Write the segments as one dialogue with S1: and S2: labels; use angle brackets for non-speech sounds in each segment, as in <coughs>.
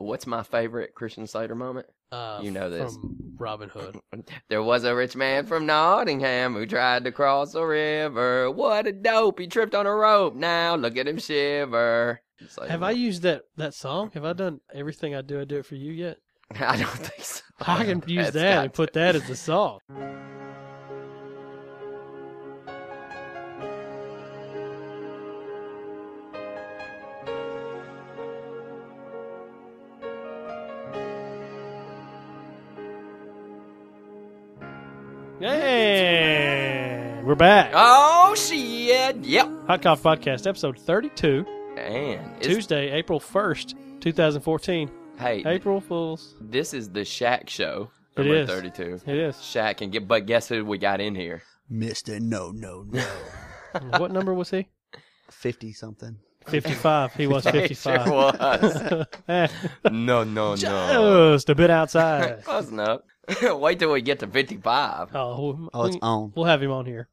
S1: What's my favorite Christian Slater moment?
S2: Uh,
S1: You know this.
S2: From
S1: <clears throat>
S2: Robin Hood.
S1: There was a rich man from Nottingham who tried to cross a river. What a dope! He tripped on a rope. Now look at him shiver. It's like,
S2: Have I used that, that song? Have I done everything I do, I do it for you yet?
S1: <laughs> <laughs> I don't think so.
S2: I can use
S1: That's
S2: that
S1: got
S2: and put that as
S1: <laughs>
S2: the song. Hey, we're back.
S1: Oh shit! Yep.
S2: Hot Cough Podcast, episode 32,
S1: And it's,
S2: Tuesday, April 1st, 2014.
S1: hey,
S2: April Fools.
S1: this is the Shaq show.
S2: It
S1: number
S2: is.
S1: thirty-two.
S2: It is.
S1: Shaq and get, but guess who we got in here?
S3: Mister No No No.
S2: <laughs> what number was
S3: <laughs>
S2: he?
S3: Fifty something.
S2: 55. He was
S1: Hey, <laughs>
S2: 55.
S1: Sure
S2: <laughs>
S1: was.
S2: Eh,
S3: <laughs>
S1: no, no, no.
S2: Just a bit outside.
S3: Oh,
S1: Close enough. <laughs> Wait till we get to fifty-five.
S2: Oh, we-
S3: Oh, it's
S2: we-
S3: on.
S2: we'll have him on here.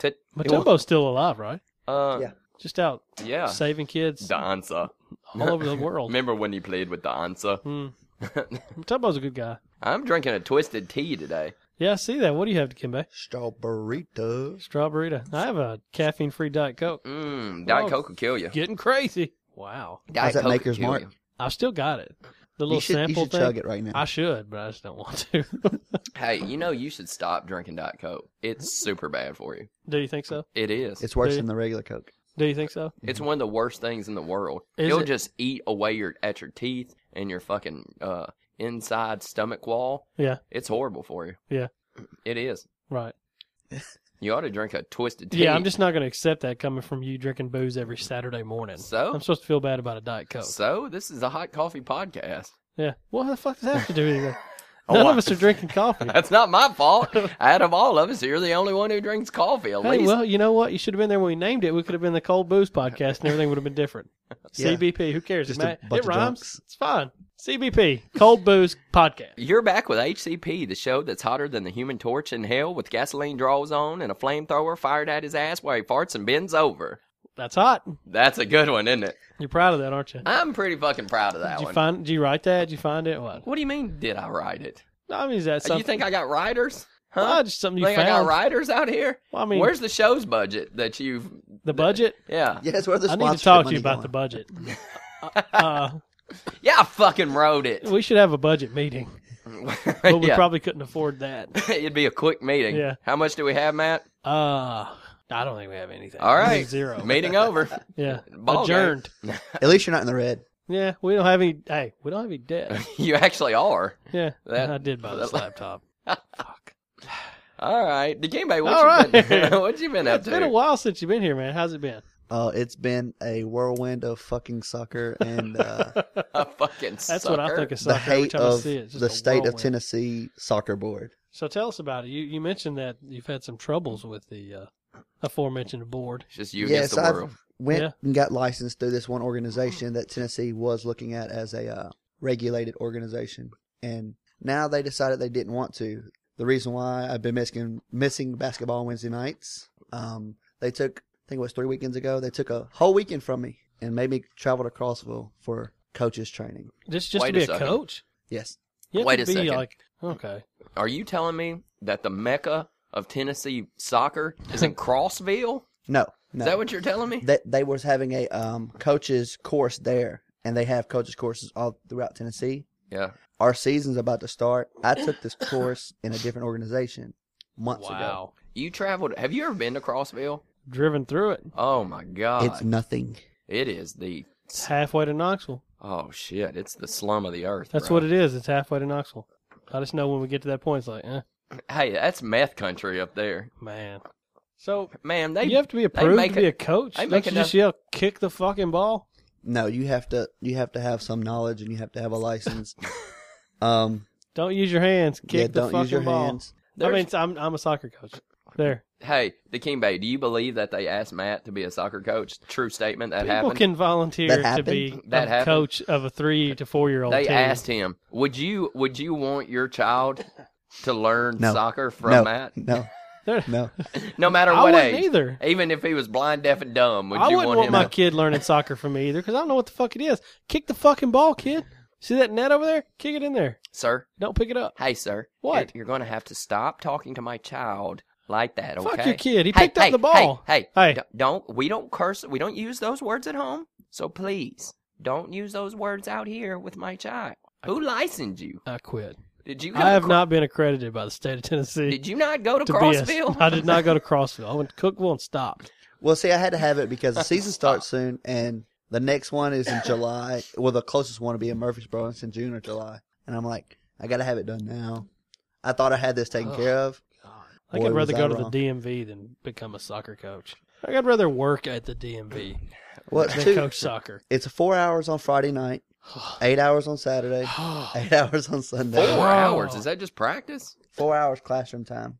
S1: T-
S2: Matumbo's still alive, right?
S1: Uh,
S3: Yeah.
S2: Just out
S1: yeah.
S2: saving kids
S1: The answer.
S2: all over the
S3: <laughs>
S2: world.
S1: Remember when you played with the answer?
S2: Mm. Matumbo's a good guy.
S1: I'm drinking a twisted tea today.
S2: Yeah, I see that. What do you have, Kimbe?
S3: Strawberritas.
S2: Strawberry. I have a caffeine-free Diet Coke.
S1: Mmm, Diet
S2: Oh.
S1: Coke will kill you.
S2: Getting crazy. Wow.
S1: Diet
S3: How's that
S1: Coke will
S3: Maker's
S1: kill
S3: Mark?
S1: you.
S2: I've still got it. The little
S3: You should, you
S2: sample
S3: should
S2: thing.
S3: chug it right now.
S2: I should, but I just don't want to. <laughs>
S1: Hey, you know you should stop drinking Diet Coke. It's super bad for you.
S2: do you think so?
S1: It is. It's,
S3: It's worse
S2: Dude.
S3: than the regular Coke.
S2: Do you think so?
S1: one of the worst things in the world.
S2: Is
S1: You'll
S2: it?
S1: just eat away your at your teeth and your fucking uh inside stomach wall.
S2: Yeah.
S1: It's horrible for you.
S2: Yeah.
S1: <clears throat> It is.
S2: Right.
S1: You ought to drink a twisted tea.
S2: Yeah, I'm just not going to accept that coming from you drinking booze every Saturday morning.
S1: So?
S2: I'm supposed to feel bad about a Diet Coke.
S1: So this is a hot coffee podcast.
S2: Yeah. What the fuck does that have to
S1: <laughs>
S2: do with anything?
S1: Oh,
S2: None
S1: I-
S2: of us are drinking coffee.
S1: <laughs> That's not my fault. Out of all of us, you're the only one who drinks coffee. At
S2: hey,
S1: least
S2: well, you know what? You should have been there when we named it. We could have been the Cold Booze Podcast, and everything would have
S1: <laughs>
S2: been different.
S3: Yeah.
S2: CBP. Who cares?
S3: Just
S2: it
S3: a
S2: ma-
S3: bunch
S2: it
S3: of
S2: rhymes.
S3: drunks.
S2: It's fine. CBP. Cold Booze Podcast.
S1: You're back with HCP, the show that's hotter than the human torch in hell with gasoline draws on and a flamethrower fired at his ass while he farts and bends over.
S2: That's hot.
S1: That's a good one, isn't it?
S2: You're proud of that, aren't you?
S1: I'm pretty fucking proud of that
S2: Did you
S1: one.
S2: find? Did you write that? Did you find it? What?
S1: what do you mean, did I write it?
S2: I mean, is that
S1: Do
S2: something?
S1: Uh, you think I got writers? Huh?
S2: Well, just something you
S1: think
S2: found?
S1: I got writers out here?
S2: Well, I mean-
S1: Where's the show's budget that you've.
S2: the budget.
S1: Yeah.
S3: Yeah, it's where the
S2: I need to
S3: sponsorship
S2: talk to you
S3: money
S2: about
S3: going.
S2: the
S1: <laughs>
S2: budget. uh,
S1: Yeah, I fucking wrote it.
S2: we should have a budget
S1: <laughs>
S2: meeting, but we
S1: Yeah.
S2: probably couldn't afford that.
S1: <laughs> It'd be a quick meeting.
S2: Yeah.
S1: How much do we have, Matt?
S2: Uh, I don't think we have anything.
S1: All right.
S2: zero. <laughs>
S1: Meeting over.
S2: yeah,
S1: Ball game.
S2: adjourned.
S3: At least you're not in the red.
S2: Yeah, we don't have any. Hey, we don't have
S1: <laughs>
S2: any debt.
S1: you actually are.
S2: Yeah,
S1: That-
S2: I did buy this
S1: that- <laughs>
S2: laptop. Fuck.
S1: All right, the game bay. What
S2: All
S1: you
S2: right.
S1: been? <laughs> what you been up
S2: It's
S1: to?
S2: been a while since you've been here, man. How's it been? <laughs>
S3: Uh, it's been a whirlwind of
S2: <laughs>
S3: fucking soccer and uh,
S1: A fucking
S2: That's
S1: sucker.
S2: what I think of
S3: the
S2: soccer every
S3: hate
S2: time I
S3: of
S2: see it. It's just
S3: the
S2: a
S3: state of
S2: whirlwind.
S3: Tennessee soccer board.
S2: So tell us about it. You you mentioned that you've had some troubles with the uh, aforementioned board.
S1: It's just you
S3: yes,
S1: against the
S3: I
S1: world.
S3: went
S2: Yeah.
S3: and got licensed through this one organization that Tennessee was looking at as a uh, regulated organization, and now they decided they didn't want to. The reason why I've been missing missing basketball on Wednesday nights, um, they took I think it was three weekends ago. They took a whole weekend from me and made me travel to Crossville for coaches training.
S2: Just just
S1: Wait
S2: to be
S1: a
S2: a,
S1: second.
S2: coach.
S3: Yes,
S2: You have
S1: Wait
S2: to
S1: a
S2: be
S1: second.
S2: like okay.
S1: Are you telling me that the mecca of Tennessee soccer is
S2: <laughs>
S1: in Crossville?
S3: no, no.
S1: Is that what you're telling me?
S3: that they was having a um, coaches course there, and they have coaches courses all throughout Tennessee.
S1: Yeah.
S3: Our season's about to start. I took this course in a different organization months ago.
S2: Wow.
S1: You traveled. Have you ever been to Crossville?
S2: Driven through it.
S1: Oh my god,
S3: It's nothing.
S1: it is the
S2: It's halfway to Knoxville.
S1: oh shit, it's the slum of the earth.
S2: That's what it is. It's halfway to Knoxville. I just know when we get to that point, it's like, eh,
S1: it. Hey, that's meth country up there,
S2: man. So
S1: man. They
S2: you have to be
S1: they
S2: approved
S1: make
S2: to be
S1: a-
S2: a coach.
S1: they
S2: Don't
S1: make
S2: you just yell, kick the fucking ball?
S3: No, you have to you have to have some knowledge and you have to have a
S2: <laughs>
S3: license. um,
S2: Don't use your hands. Kick
S3: yeah,
S2: the
S3: don't
S2: fucking
S3: use your
S2: ball.
S3: hands.
S2: I
S1: there's-
S2: mean, I'm I'm a soccer coach. There,
S1: Hey, the King Bay, do you believe that they asked Matt to be a soccer coach? True statement that
S2: people
S1: happened.
S2: can volunteer
S3: That
S2: to be
S1: happened? That
S2: a
S1: happened?
S2: coach of a three to four year old.
S1: they
S2: team.
S1: asked him, "Would you would you want your child to learn
S3: <laughs> No.
S1: soccer from
S3: no,
S1: Matt,
S3: no,
S2: They're-
S3: no.
S1: no matter
S2: I
S1: what
S2: wouldn't
S1: age,
S2: either.
S1: even if he was blind, deaf, and dumb? Would
S2: I
S1: you
S2: wouldn't
S1: want
S2: want
S1: him
S2: my
S1: to
S2: kid learning soccer from me either because I don't know what the fuck it is. Kick the fucking ball, kid. See that net over there? Kick it in there.
S1: Sir,
S2: Don't pick it up.
S1: hey, sir.
S2: What?
S1: You're, you're going to have to stop talking to my child like that, okay?
S2: Fuck your kid. He
S1: Hey,
S2: picked up
S1: hey,
S2: the ball.
S1: Hey,
S2: Hey.
S1: hey, d- don't we don't curse. We don't use those words at home. So please don't use those words out here with my child. Who licensed you?
S2: I quit.
S1: Did you? Go
S2: I
S1: to
S2: have
S1: Cro-
S2: not been accredited by the state of Tennessee
S1: Did you not go to,
S2: to
S1: Crossville?
S2: be a. I did not go to Crossville. I went to Cookville and stopped.
S3: Well, see, I had to have it because
S2: <laughs>
S3: the season starts soon, and the next one is in July. Well, the closest one will be in Murfreesboro. and It's in June or July, and I'm like, I gotta have it done now. I thought I had this taken
S2: Ugh.
S3: care of.
S2: I
S3: Boy,
S2: think I'd rather
S3: was I
S2: go to
S3: wrong.
S2: the DMV than become a soccer coach. I think I'd rather work at the DMV
S3: Well, it's
S2: than
S3: two.
S2: coach
S3: <sighs>
S2: soccer.
S3: It's four hours on
S2: <sighs>
S3: Friday night, eight hours on Saturday, eight <laughs> hours
S1: <laughs>
S3: on
S1: Four
S3: Sunday,
S2: Wow.
S1: hours. Is that just practice?
S3: four hours classroom time.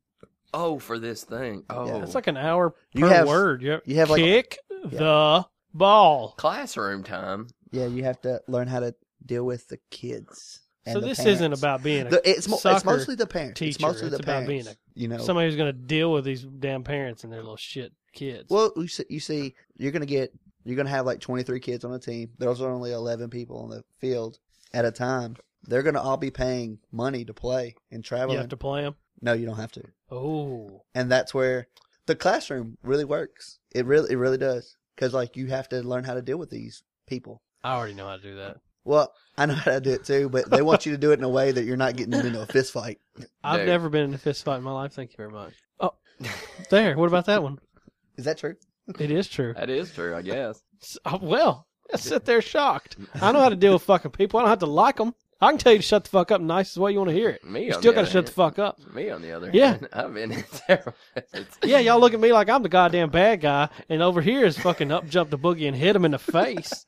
S1: Oh, for this thing. Oh,
S2: That's like an hour per
S3: You have-
S2: word. You have,
S3: you have, like-
S2: kick the ball.
S1: classroom time.
S3: Yeah, you have to learn how to deal with the kids. and
S2: So
S3: the
S2: this isn't
S3: parents.
S2: about being a
S3: The, it's, mo- it's
S2: soccer
S3: mostly the parents. It's
S2: teacher.
S3: mostly the
S2: It's about
S3: parents.
S2: being
S3: you know,
S2: somebody who's going to deal with these damn parents and their little shit kids.
S3: Well, you see, you see, you're gonna get, you're gonna have like 23 kids on a team. There's only 11 people on the field at a time. They're gonna all be paying money to play and
S2: you
S3: traveling.
S2: have to play them.
S3: no, you don't have to.
S2: Oh,
S3: And that's where the classroom really works. It really, it really does. Because like you have to learn how to deal with these people.
S2: I already know how to do that.
S3: Well, I know how to do it too, but they want you to do it in a way that you're not getting them into a fist fight.
S2: I've
S1: Dude.
S2: never been in a fist fight in my life. Thank you very much. Oh, <laughs> there. What about that one?
S3: Is that true?
S2: It is
S3: <laughs>
S2: true.
S1: That is true, I guess.
S2: S- uh, Well, I sit there shocked. I know how to deal with fucking people. I don't have to like them. I can tell you to shut the fuck up nice as well you want to hear it.
S1: Me
S2: You
S1: on
S2: still
S1: the
S2: got to
S1: other
S2: shut the
S1: hand-
S2: fuck up.
S1: Me on the other
S2: Yeah.
S1: hand, <laughs> I've been in several.
S2: <laughs> Yeah, y'all look at me like I'm the goddamn bad guy, and over here is fucking up jumped the boogie and hit him in the
S3: <laughs>
S2: face.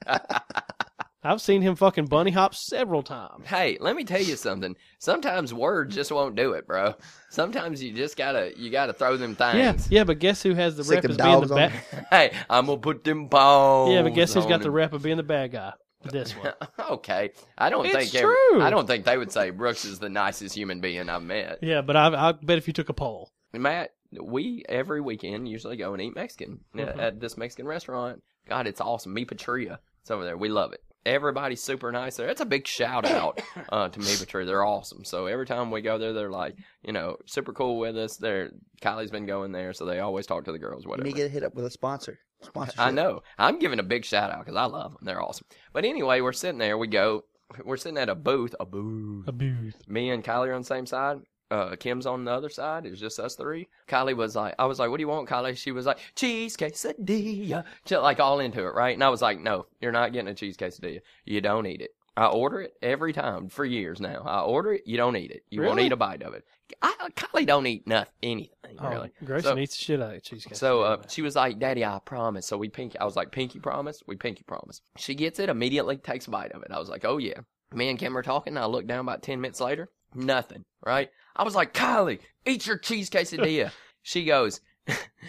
S2: I've seen him fucking bunny hop several times.
S1: Hey, let me tell you something. Sometimes words just won't do it, bro. Sometimes you just gotta you gotta throw them
S2: Yeah,
S1: things.
S2: yeah, but guess who has the rep
S3: Stick them
S2: as being the
S3: dogs on
S2: bad?
S1: Hey, I'm gonna put them balls.
S2: Yeah, but guess who's
S1: on
S2: got the
S1: them.
S2: rep of being the bad guy? This
S3: <laughs>
S2: one.
S1: <laughs> okay, I don't
S2: It's
S1: think they-
S2: true.
S1: I don't think they would say Brooks is the nicest human being I've met.
S2: Yeah, but I, I bet if you took a poll,
S1: Matt, we every weekend usually go and eat Mexican uh,
S2: Mhm.
S1: at this Mexican restaurant. God, it's awesome. Mi Patria. It's over there. We love it. Everybody's super nice there. That's a big shout out uh, to Mi Patria. They're awesome. So every time we go there, they're like, you know, super cool with us. They're Kylie's been going there, so they always talk to the girls.
S3: Let
S1: Whatever.
S3: me get hit up with a sponsor. Sponsorship.
S1: I know. I'm giving a big shout out because I love them. They're awesome. But anyway, we're sitting there. We go. We're sitting at a booth. A booth
S2: abuse.
S1: me and Kylie are on the same side. Uh, Kim's on the other side. It was just us three. Kylie was like, I was like, what do you want, Kylie? She was like, cheese quesadilla. She, like all into it, right? And I was like, no, you're not getting a cheese quesadilla. You don't eat it. I order it every time for years now. I order it. You don't eat it. You won't
S2: Really?
S1: eat a bite of it. I, Kylie don't eat nothing, anything
S2: Oh,
S1: really.
S2: Grayson
S1: So-
S2: eats the shit out of cheesecake.
S1: So uh, she was like, "Daddy, I promise." So we pinky. I was like, "Pinky promise." We pinky promise. She gets it immediately, takes a bite of it. I was like, "Oh yeah." Me and Kim are talking. I look down about ten minutes later, nothing. Right? I was like, "Kylie, eat your cheese
S2: <laughs>
S1: quesadilla." she goes,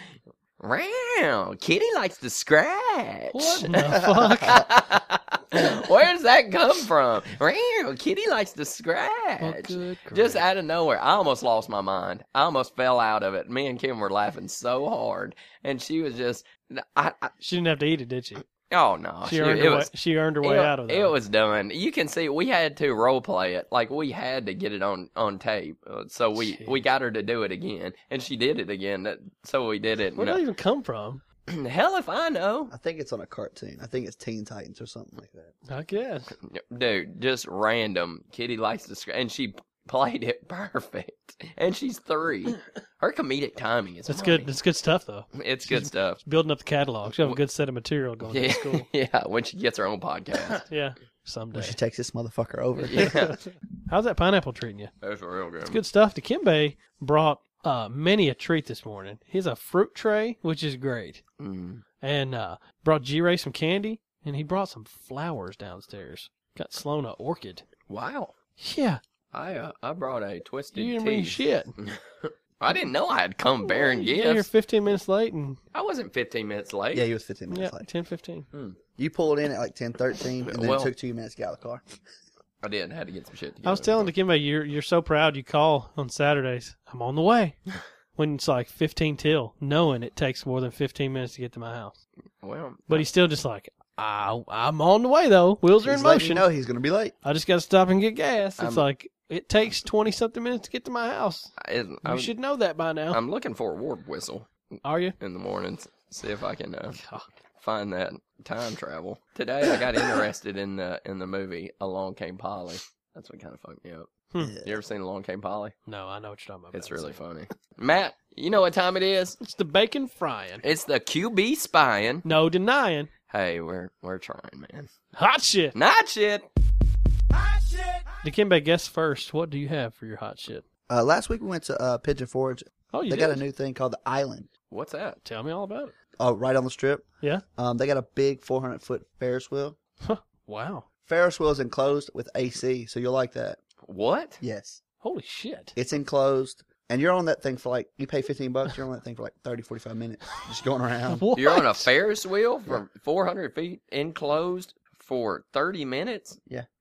S1: <laughs> "Round, Kitty likes to scratch." <laughs>
S2: what in the fuck?
S1: Where does that come from? Round, Kitty likes to scratch.
S2: Well, good
S1: Just
S2: grief.
S1: out of nowhere, I almost lost my mind. I almost fell out of it. Me and Kim were laughing so hard, and she was just, I, I
S2: she didn't have to eat it, did she?
S1: oh no,
S2: She earned
S1: it
S2: her way.
S1: was.
S2: She earned her way
S1: it,
S2: out of that.
S1: it was done. You can see we had to role play it, like we had to get it on on tape. Uh, So we we
S2: Jeez.
S1: got her to do it again, and she did it again. That, so we did it.
S2: Where did that even come from?
S1: and- <clears throat> hell if I know,
S3: I think it's on a cartoon. I think it's Teen Titans or something like that.
S2: I guess.
S1: dude. Just random. Kitty likes to scratch, and she played it <laughs> perfect. And she's three. Her comedic timing is
S2: That's
S1: money.
S2: good. That's good stuff, though.
S1: It's good stuff.
S2: Building up the catalog. She have a good set of material going to school.
S1: <laughs> yeah, when she gets her own podcast.
S2: <laughs> Yeah,
S3: When
S2: someday.
S3: she takes this motherfucker over.
S1: yeah,
S2: How's that pineapple treating you?
S1: that's real good.
S2: Good stuff. Dikembe brought uh, many a treat this morning. He's a fruit tray, which is great,
S1: Mm.
S2: and uh, brought G Ray some candy, and he brought some flowers downstairs. Got Sloan a orchid.
S1: Wow,
S2: Yeah,
S1: I uh, I brought a twisted
S2: you didn't
S1: tea.
S2: mean shit.
S1: I didn't know I had come bearing
S2: Yeah, You're
S1: gifts.
S2: 15 minutes late, and
S1: I wasn't 15 minutes late.
S3: Yeah, he was 15
S2: yeah,
S3: minutes late.
S2: 10, 15.
S3: You pulled in at like ten thirteen, and then
S1: Well-
S3: it took two minutes to get out of the car.
S1: I did. I had to get some shit together.
S2: I was telling Dikembe, you're you're so proud. You call on Saturdays. I'm on the way. When it's like 15 till, knowing it takes more than 15 minutes to get to my house.
S1: Well,
S2: But he's still just like, I, I'm on the way though. Wheels are
S3: He's
S2: in
S3: letting you
S2: motion.
S3: know he's going to be late.
S2: I just got to stop and get gas. It's
S1: I'm-
S2: like it takes twenty something minutes to get to my house.
S1: I,
S2: You
S1: I'm,
S2: should know that by now.
S1: I'm looking for a warp whistle
S2: Are you? Oh,
S1: in the mornings. See if I can uh,
S2: <laughs> God.
S1: find that time travel. Today I
S2: <laughs>
S1: got interested in the in the movie Along Came Polly. That's what kind of fucked me up.
S2: Hmm.
S1: You ever seen Along Came Polly?
S2: No, I know what you're talking about.
S1: It's
S2: I've
S1: really
S2: seen
S1: funny.
S2: it.
S1: Matt, you know what time it is?
S2: It's the bacon frying.
S1: It's the QB spying.
S2: No denying.
S1: Hey, we're we're trying, man.
S2: Hot shit.
S1: Not shit.
S2: Dikembe, guess first. What do you have for your hot shit?
S3: Uh, last week we went to uh, Pigeon Forge.
S2: Oh, you
S3: They
S2: did?
S3: got a new thing called the Island.
S1: What's that?
S2: Tell me all about it.
S3: Oh, right on the strip.
S2: Yeah.
S3: Um, they got a big 400 foot Ferris wheel.
S2: Wow.
S3: Ferris wheel is enclosed with AC, so you'll like that.
S1: What?
S3: Yes.
S2: Holy shit.
S3: It's enclosed, and you're on that thing for like, you pay 15 bucks, you're on that thing for like 30, 45 minutes, just going around.
S2: <laughs> What?
S1: You're on a Ferris wheel from 400 feet enclosed for 30 minutes.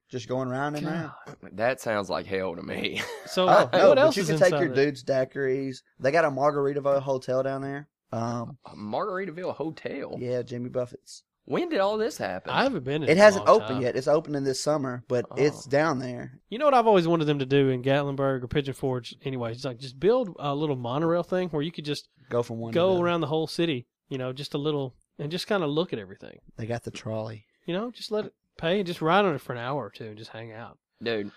S3: just going around and around.
S2: God.
S1: That sounds like hell to me. <laughs>
S2: So
S3: Oh,
S2: what
S3: no, but
S2: else
S3: you
S2: is
S3: can
S2: inside
S3: take your
S2: it?
S3: dude's daiquiris. They got a Margaritaville hotel down there. Um,
S1: A Margaritaville Hotel.
S3: yeah, Jimmy Buffett's.
S1: When did all this happen?
S2: I haven't been. In
S3: It
S2: a
S3: hasn't
S2: long
S3: opened
S2: time.
S3: yet. It's opening this summer, but
S1: Oh.
S3: it's down there.
S2: You know what I've always wanted them to do in Gatlinburg or Pigeon Forge. Anyway, it's like just build a little monorail thing where you could just
S3: Go from one. to the
S2: go
S3: other.
S2: around the whole city. You know, just a little and just kind of look at everything.
S3: They got the trolley.
S2: You know, just let it pay and just ride on it for an hour or two and just hang out.
S1: Dude,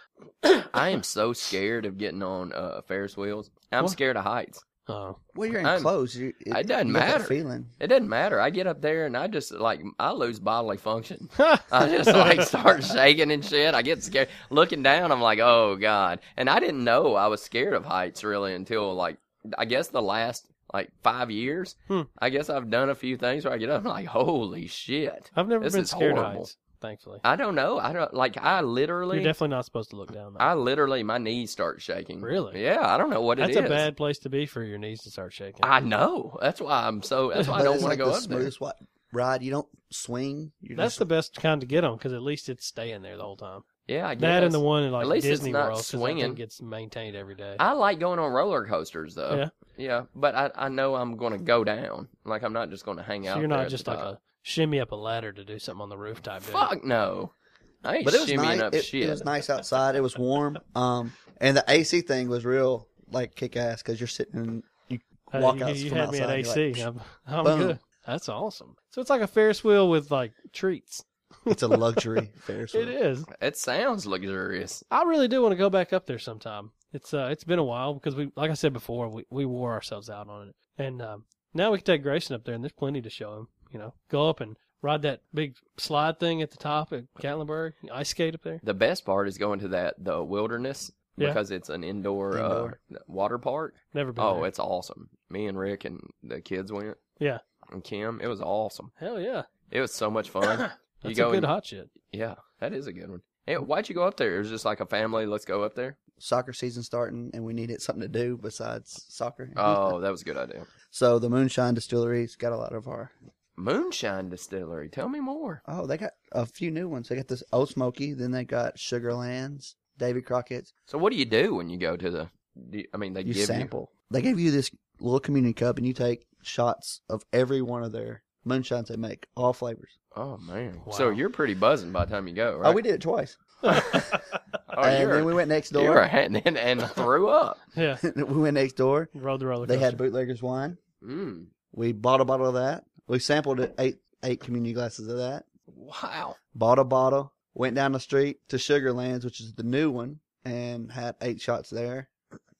S1: I am so scared of getting on uh, Ferris wheels. I'm
S2: What?
S1: scared of heights.
S2: Oh,
S3: Well, you're
S1: I'm-
S3: enclosed. You, it,
S1: it doesn't
S3: you got that
S1: matter.
S3: Feeling.
S1: It doesn't matter. I get up there and I just like I lose bodily function. I
S2: <laughs>
S1: just like start shaking and shit. I get scared. Looking down, I'm like, oh god. And I didn't know I was scared of heights really until like I guess the last like five years.
S2: Hmm.
S1: I guess I've done a few things where I get up. I'm like, holy shit.
S2: I've never
S1: This
S2: been
S1: is
S2: scared of
S1: horrible.
S2: heights. Thankfully,
S1: I don't know. I don't like. I
S2: you're
S1: literally.
S2: definitely not supposed to look down. Though.
S1: I literally, my knees start shaking.
S2: Really?
S1: Yeah, I don't know what
S2: That's
S1: it
S2: a
S1: is.
S2: bad place to be for your knees to start shaking.
S1: I know. That's why I'm so. That's why I
S3: But
S1: don't
S3: it's
S1: want
S3: like
S1: to go
S3: the
S1: up there.
S3: smoothest wa- ride. You don't swing. You
S2: That's
S3: just,
S2: the best kind to get on because at least it's staying there the whole time.
S1: Yeah, I guess.
S2: That and the one in like
S1: At least it's
S2: Disney
S1: not
S2: World 'cause that
S1: swinging.
S2: thing gets maintained every day.
S1: I like going on roller coasters though.
S2: Yeah.
S1: Yeah, but I, I know I'm going to go down. Like I'm not just going to hang out.
S2: so you're
S1: there
S2: not
S1: at
S2: just
S1: the
S2: like
S1: top.
S2: a shimmy up a ladder to do something on the roof type. dude.
S1: fuck no. I ain't
S3: But it was
S1: shimmying
S3: nice.
S1: up
S3: It,
S1: shit.
S3: it was nice outside. It was warm. Um, and the AC thing was real like kick ass because you're sitting. and You
S2: Hey,
S3: walk
S2: Uh, you,
S3: out
S2: you
S3: from
S2: had me at
S3: outside. you're
S2: AC.
S3: like,
S2: I'm, I'm
S3: boom.
S2: good. That's awesome. So it's like a Ferris wheel with like treats.
S3: it's
S2: <laughs>
S3: a luxury Ferris wheel.
S2: It is.
S1: It sounds luxurious.
S2: I really do want to go back up there sometime. It's uh, it's been a while because we, like I said before, we, we wore ourselves out on it, and um, now we can take Grayson up there, and there's plenty to show him. You know, go up and ride that big slide thing at the top at Gatlinburg, ice skate up there.
S1: The best part is going to that the wilderness
S2: Yeah.
S1: because it's an indoor,
S3: Indoor.
S1: Uh, water park.
S2: Never been.
S1: Oh,
S2: there.
S1: it's awesome. Me and Rick and the kids went.
S2: Yeah.
S1: And Kim, it was awesome.
S2: hell yeah,
S1: It was so much
S3: <coughs>
S1: fun. you
S2: that's a
S1: go
S2: good
S1: and- <laughs>
S2: hot shit. <laughs>
S1: yeah, that is a good one. Hey, why'd you go up there? It was just like a family. Let's go up
S3: <laughs>
S1: there.
S3: Soccer season starting, and we needed something to do besides soccer.
S1: Oh, that was a good idea.
S3: So the Moonshine Distillery's got a lot of our.
S1: Moonshine Distillery. Tell me more.
S3: Oh, they got a few new ones. They got this Old Smoky, then they got Sugarlands, Davy Crockett's.
S1: So what do you do when you go to the? Do you- I mean, they
S3: You
S1: give
S3: sample. They give you this little community cup, and you take shots of every one of their moonshines they make, all flavors.
S1: you. Oh man.
S2: Wow.
S1: So you're pretty buzzing by the time you go, right?
S3: Oh, we did it twice.
S1: Oh,
S3: and
S1: you're,
S3: then we went next
S1: you're a
S3: door.
S1: hand and, and threw up.
S2: Yeah,
S3: <laughs> we went next door.
S2: rode the roller coaster.
S3: They had bootleggers wine.
S1: Mm.
S3: We bought a bottle of that. We sampled it, eight eight community glasses of that.
S1: Wow.
S3: Bought a bottle. Went down the street to Sugarlands, which is the new one, and had eight shots there.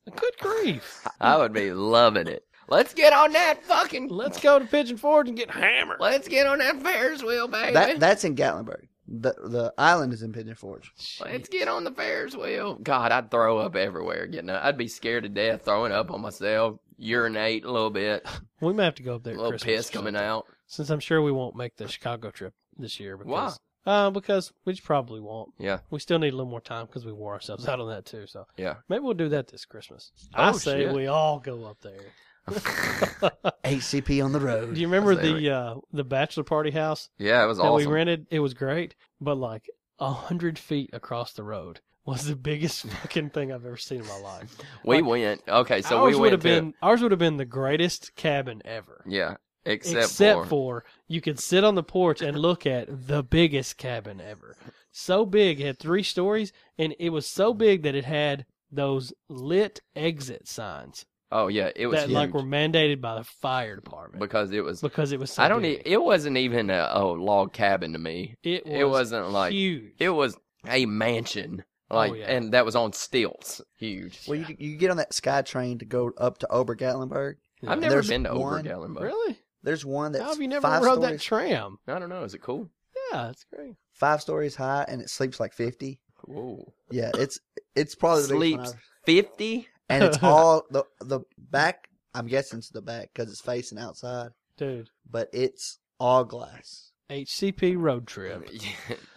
S2: good grief.
S1: <laughs> I would be loving it. Let's get on that fucking.
S2: Let's go to Pigeon Forge and get hammered.
S1: Let's get on that Ferris wheel, baby.
S3: That that's in Gatlinburg. The the island is in Pigeon Forge.
S1: Let's get on the Ferris wheel. God, I'd throw up everywhere. Getting, up. I'd be scared to death throwing up on myself. Urinate a little bit,
S2: We may have to go up there.
S1: a
S2: at
S1: little
S2: Christmas
S1: piss
S2: or
S1: coming
S2: something.
S1: out.
S2: Since I'm sure we won't make the Chicago trip this year. Because, Uh, because we just probably won't.
S1: Yeah.
S2: We still need a little more time because we wore ourselves <laughs> out on that too. So
S1: Yeah.
S2: maybe we'll do that this Christmas.
S1: Oh,
S2: I say
S1: shit.
S2: we all go up there. <laughs>
S3: HCP on the road.
S2: Do you remember
S1: say we-
S2: the uh, the bachelor party house
S1: Yeah, it was
S2: that
S1: awesome.
S2: we rented? It was great, but like a hundred feet across the road was the <laughs> biggest fucking thing I've ever seen in my life.
S1: We
S2: Like,
S1: went. Okay, so
S2: ours
S1: we went
S2: would have
S1: to.
S2: been ours would have been the greatest cabin ever.
S1: yeah, Except,
S2: except
S1: for,
S2: for you could sit on the porch and look at the biggest cabin ever. So big, it had three stories, and it was so big that it had those lit exit signs
S1: oh yeah, it was
S2: that like
S1: huge
S2: were mandated by the fire department
S1: because it was.
S2: because it was. So
S1: I don't. E-
S2: Big.
S1: it wasn't even a, a log cabin to me.
S2: It was
S1: it wasn't like-
S2: huge.
S1: It was a mansion, like,
S2: Oh, yeah.
S1: and that was on stilts, huge.
S3: Well, you you get on that sky train to go up to Obergatlinburg.
S2: Yeah.
S1: I've never
S3: There's
S1: been to
S3: one-
S1: Obergallen, but
S2: really.
S3: There's one that's
S2: How have you never
S3: five
S2: rode that
S3: stories,
S2: tram?
S1: I don't know. Is it cool?
S2: Yeah, that's great.
S3: five stories high, and it sleeps like fifty.
S1: Whoa,
S3: Yeah, it's it's probably the biggest one
S1: Sleeps.
S3: I've-
S1: fifty. <laughs>
S2: <laughs>
S3: and it's all the the back. I'm guessing it's the back because it's facing outside,
S2: Dude,
S3: but it's all glass.
S2: HCP
S1: <laughs>
S2: road trip.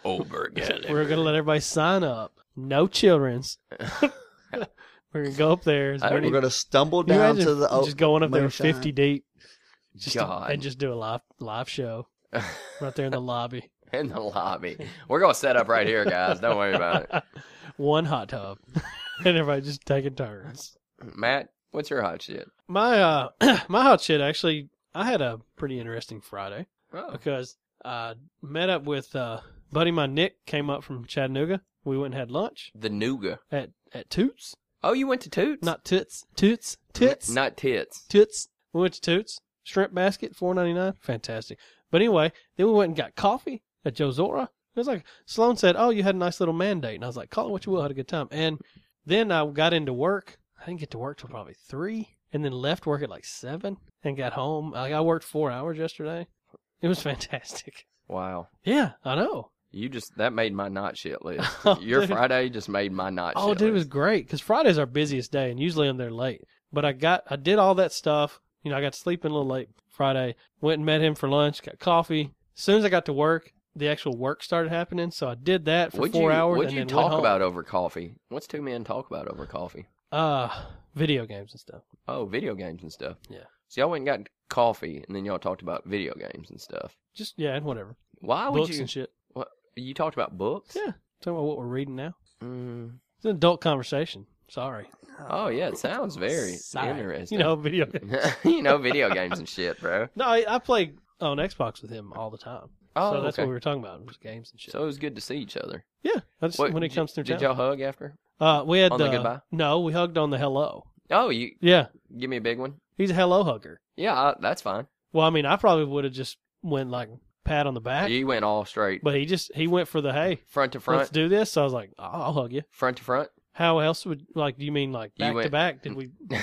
S1: Obergallen.
S2: <laughs> We're
S1: <laughs>
S2: gonna let everybody sign up. No childrens. We're gonna go up there. as
S1: I
S2: many-
S3: We're gonna stumble
S2: Can you
S3: down
S2: imagine
S3: to the oh,
S2: just going up there
S3: moonshine.
S2: fifty deep, just to-
S1: God.
S2: and just do a live live show right there in the lobby.
S1: <laughs> in the lobby. We're gonna set up right here, guys. Don't worry about
S2: <laughs>
S1: it.
S2: One hot tub, <laughs> and everybody just taking turns.
S1: Matt, what's your hot shit?
S2: My uh, <clears throat> my hot shit actually. I had a pretty interesting Friday
S1: Oh,
S2: because I met up with uh, buddy. of mine Nick came up from Chattanooga. We went and had lunch
S1: the nougat.
S2: at at Toots,
S1: Oh, you went to Toots?
S2: not Toots, Toots, Toots.
S1: N- not tits.
S2: Toots. We went to Toots. Shrimp basket, four ninety nine. Fantastic. But anyway, then we went and got coffee at Joe Zora. It was like Sloan said, Oh, you had a nice little mandate. And I was like, Call it what you will, had a good time. And then I got into work. I didn't get to work till probably three. And then left work at like seven and got home. Like I worked four hours yesterday. It was <laughs> fantastic.
S1: Wow.
S2: Yeah, I know.
S1: You just that made my not shit list.
S2: <laughs> Oh,
S1: Your
S2: dude.
S1: Friday just made my not
S2: Oh,
S1: shit
S2: dude, it was
S1: list.
S2: great because Friday's our busiest day, and usually I'm there late. But I got, I did all that stuff. You know, I got to sleep in a little late Friday. Went and met him for lunch, got coffee. As soon as I got to work, the actual work started happening. So I did that for
S1: What'd
S2: four
S1: you,
S2: hours.
S1: What'd
S2: and
S1: you
S2: then
S1: talk
S2: went home.
S1: about over coffee? What's two men talk about over coffee?
S2: Uh, video games and stuff.
S1: Oh, video games and stuff.
S2: Yeah.
S1: So y'all went and got coffee, and then y'all talked about video games and stuff.
S2: Just yeah, and whatever.
S1: Why would
S2: Books
S1: you?
S2: and shit.
S1: You talked about books.
S2: Yeah. Talking about what we're reading now.
S1: Mm.
S2: It's an adult conversation. Sorry.
S1: Oh yeah, it sounds very
S2: Sorry.
S1: interesting.
S2: You know, video. games.
S1: <laughs> you know, video games and shit,
S2: <laughs>
S1: bro.
S2: No, I, I play on Xbox with him all the time.
S1: Oh,
S2: so that's
S1: okay.
S2: what we were talking about was games and shit.
S1: So it was good to see each other.
S2: yeah, that's
S1: What-
S2: when it
S1: d-
S2: comes through
S1: Did
S2: town.
S1: y'all hug after?
S2: Uh, we had
S1: On the
S2: the,
S1: goodbye?
S2: No, we hugged on the hello.
S1: Oh, you
S2: Yeah,
S1: give me a big one.
S2: he's a hello hugger.
S1: Yeah, I, that's fine.
S2: Well, I mean, I probably would have just went like pat on the back,
S1: You went all straight,
S2: but he just he went for the hey,
S1: front to
S2: let's
S1: front,
S2: do this. So I was like, I'll, I'll hug you.
S1: front to front.
S2: How else would like? Do you mean like
S1: You
S2: back to
S1: went-
S2: back? Did we?
S1: <laughs>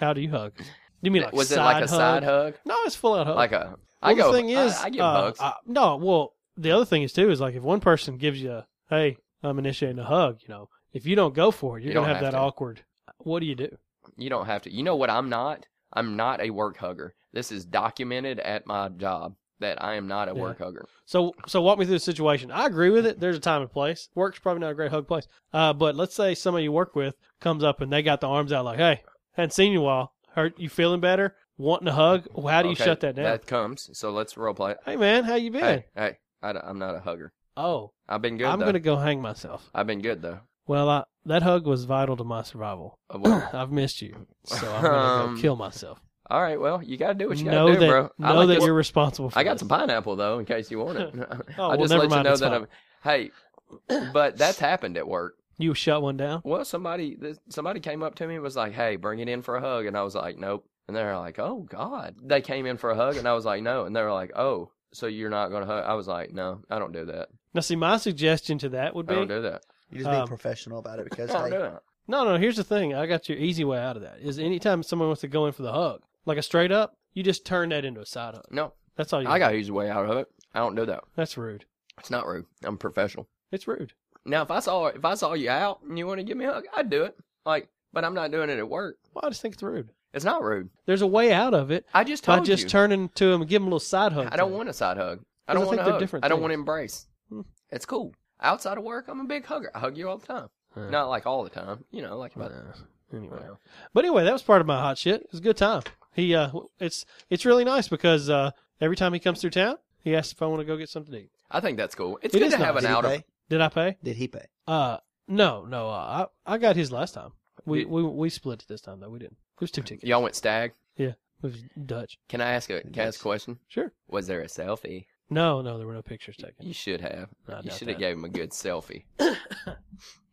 S2: How do you hug? Do you mean like
S1: was
S2: side
S1: it like a
S2: hug?
S1: side hug?
S2: No, it's full out hug.
S1: Like a
S2: well,
S1: I
S2: the
S1: go.
S2: thing is,
S1: I, I give
S2: uh,
S1: hugs.
S2: I- no, well, the other thing is too is like if one person gives you a hey, I'm initiating a hug. You know, if you don't go for it, you're
S1: You
S2: gonna
S1: don't
S2: have,
S1: have
S2: that
S1: to.
S2: awkward. What do you do?
S1: you don't have to. You know what? I'm not. I'm not a work hugger. This is documented at my job that I am not a
S2: Yeah.
S1: work hugger.
S2: So, so walk me through the situation. I agree with it. There's a time and place. Work's probably not a great hug place. Uh, but let's say somebody you work with comes up and they got the arms out like, "Hey, hadn't seen you in a while. Hurt you feeling better? Wanting a hug? Well, how do you
S1: Okay,
S2: shut that down?
S1: That comes. So let's role play. it.
S2: hey, man, how you been?
S1: Hey, hey, I, am not a hugger.
S2: oh,
S1: I've been good.
S2: I'm
S1: though.
S2: gonna go hang myself.
S1: I've been good though.
S2: Well, I, that hug was vital to
S1: <clears throat>
S2: my survival.
S1: Uh,
S2: <clears throat>
S1: well,
S2: I've missed you, so I'm gonna
S1: <laughs> Um,
S2: go kill myself.
S1: all right. Well, you gotta do what you gotta
S2: know
S1: do,
S2: that,
S1: bro. I
S2: know
S1: like
S2: that
S1: this-
S2: you're responsible. for
S1: I got
S2: this.
S1: some pineapple though, in case you want it.
S2: <laughs> Oh,
S1: I
S2: well,
S1: just
S2: never
S1: let
S2: mind,
S1: you know
S2: it's
S1: that
S2: fine.
S1: I'm.
S2: <clears throat>
S1: Hey, but that's happened at work.
S2: You shut one down.
S1: Well, somebody this, somebody came up to me and was like, "Hey, bring it in for a hug," and I was like, "Nope." And they're like, "Oh God!" They came in for a hug, and I was like, "No," and they were like, "Oh, so you're not gonna hug?" I was like, "No, I don't do that.
S2: Now, see, my suggestion to that would
S1: I
S2: be
S1: don't do that.
S3: You just be
S2: Um, Oh,
S3: professional
S2: <laughs>
S3: about it
S1: I
S3: because
S1: don't do
S3: they,
S1: that."
S2: No, no, here's the thing. I got your easy way out of that. Is anytime someone wants to go in for the hug, like a straight up, you just turn that into a side hug.
S1: No,
S2: That's all you
S1: I got an easy way out of it. I don't do that.
S2: That's rude.
S1: It's not rude. I'm professional.
S2: It's rude.
S1: Now, if I saw if I saw you out and you want to give me a hug, I'd do it. Like, but I'm not doing it at work.
S2: Well, I just think it's rude.
S1: It's not rude.
S2: There's a way out of it
S1: I just
S2: by
S1: told
S2: just
S1: you.
S2: turning to him and giving him a little side hug.
S1: I don't
S2: to
S1: want a side hug.
S2: Because
S1: I
S2: I
S1: don't
S2: think
S1: want a
S2: they're
S1: hug.
S2: different
S1: I don't want to
S2: things.
S1: embrace.
S2: Hmm.
S1: It's cool. Outside of work, I'm a big hugger. I hug you all the time.
S2: Huh.
S1: Not like all the time, you know, like
S2: him.
S1: about
S2: Uh, anyway.
S1: well,
S2: But anyway, that was part of my hot shit. It was a good time. He uh it's it's really nice because uh every time he comes through town, he asks if I want to go get something to eat.
S1: I think that's cool. It's
S2: It
S1: good
S2: is
S1: to have
S2: nice.
S1: an
S3: did he
S1: out of
S3: pay?
S2: Did I pay?
S3: Did he pay?
S2: Uh no, no, uh, I I got his last time. We
S1: Did-
S2: we we split it this time though. We didn't. It was two tickets.
S1: y'all went stag.
S2: It was Dutch.
S1: Can I ask a can I ask a question?
S2: Sure.
S1: Was there a selfie?
S2: No, no, there were no pictures taken.
S1: You should have.
S2: No, I
S1: you
S2: doubt
S1: should have
S2: that.
S1: gave him a good
S2: <laughs>
S1: selfie.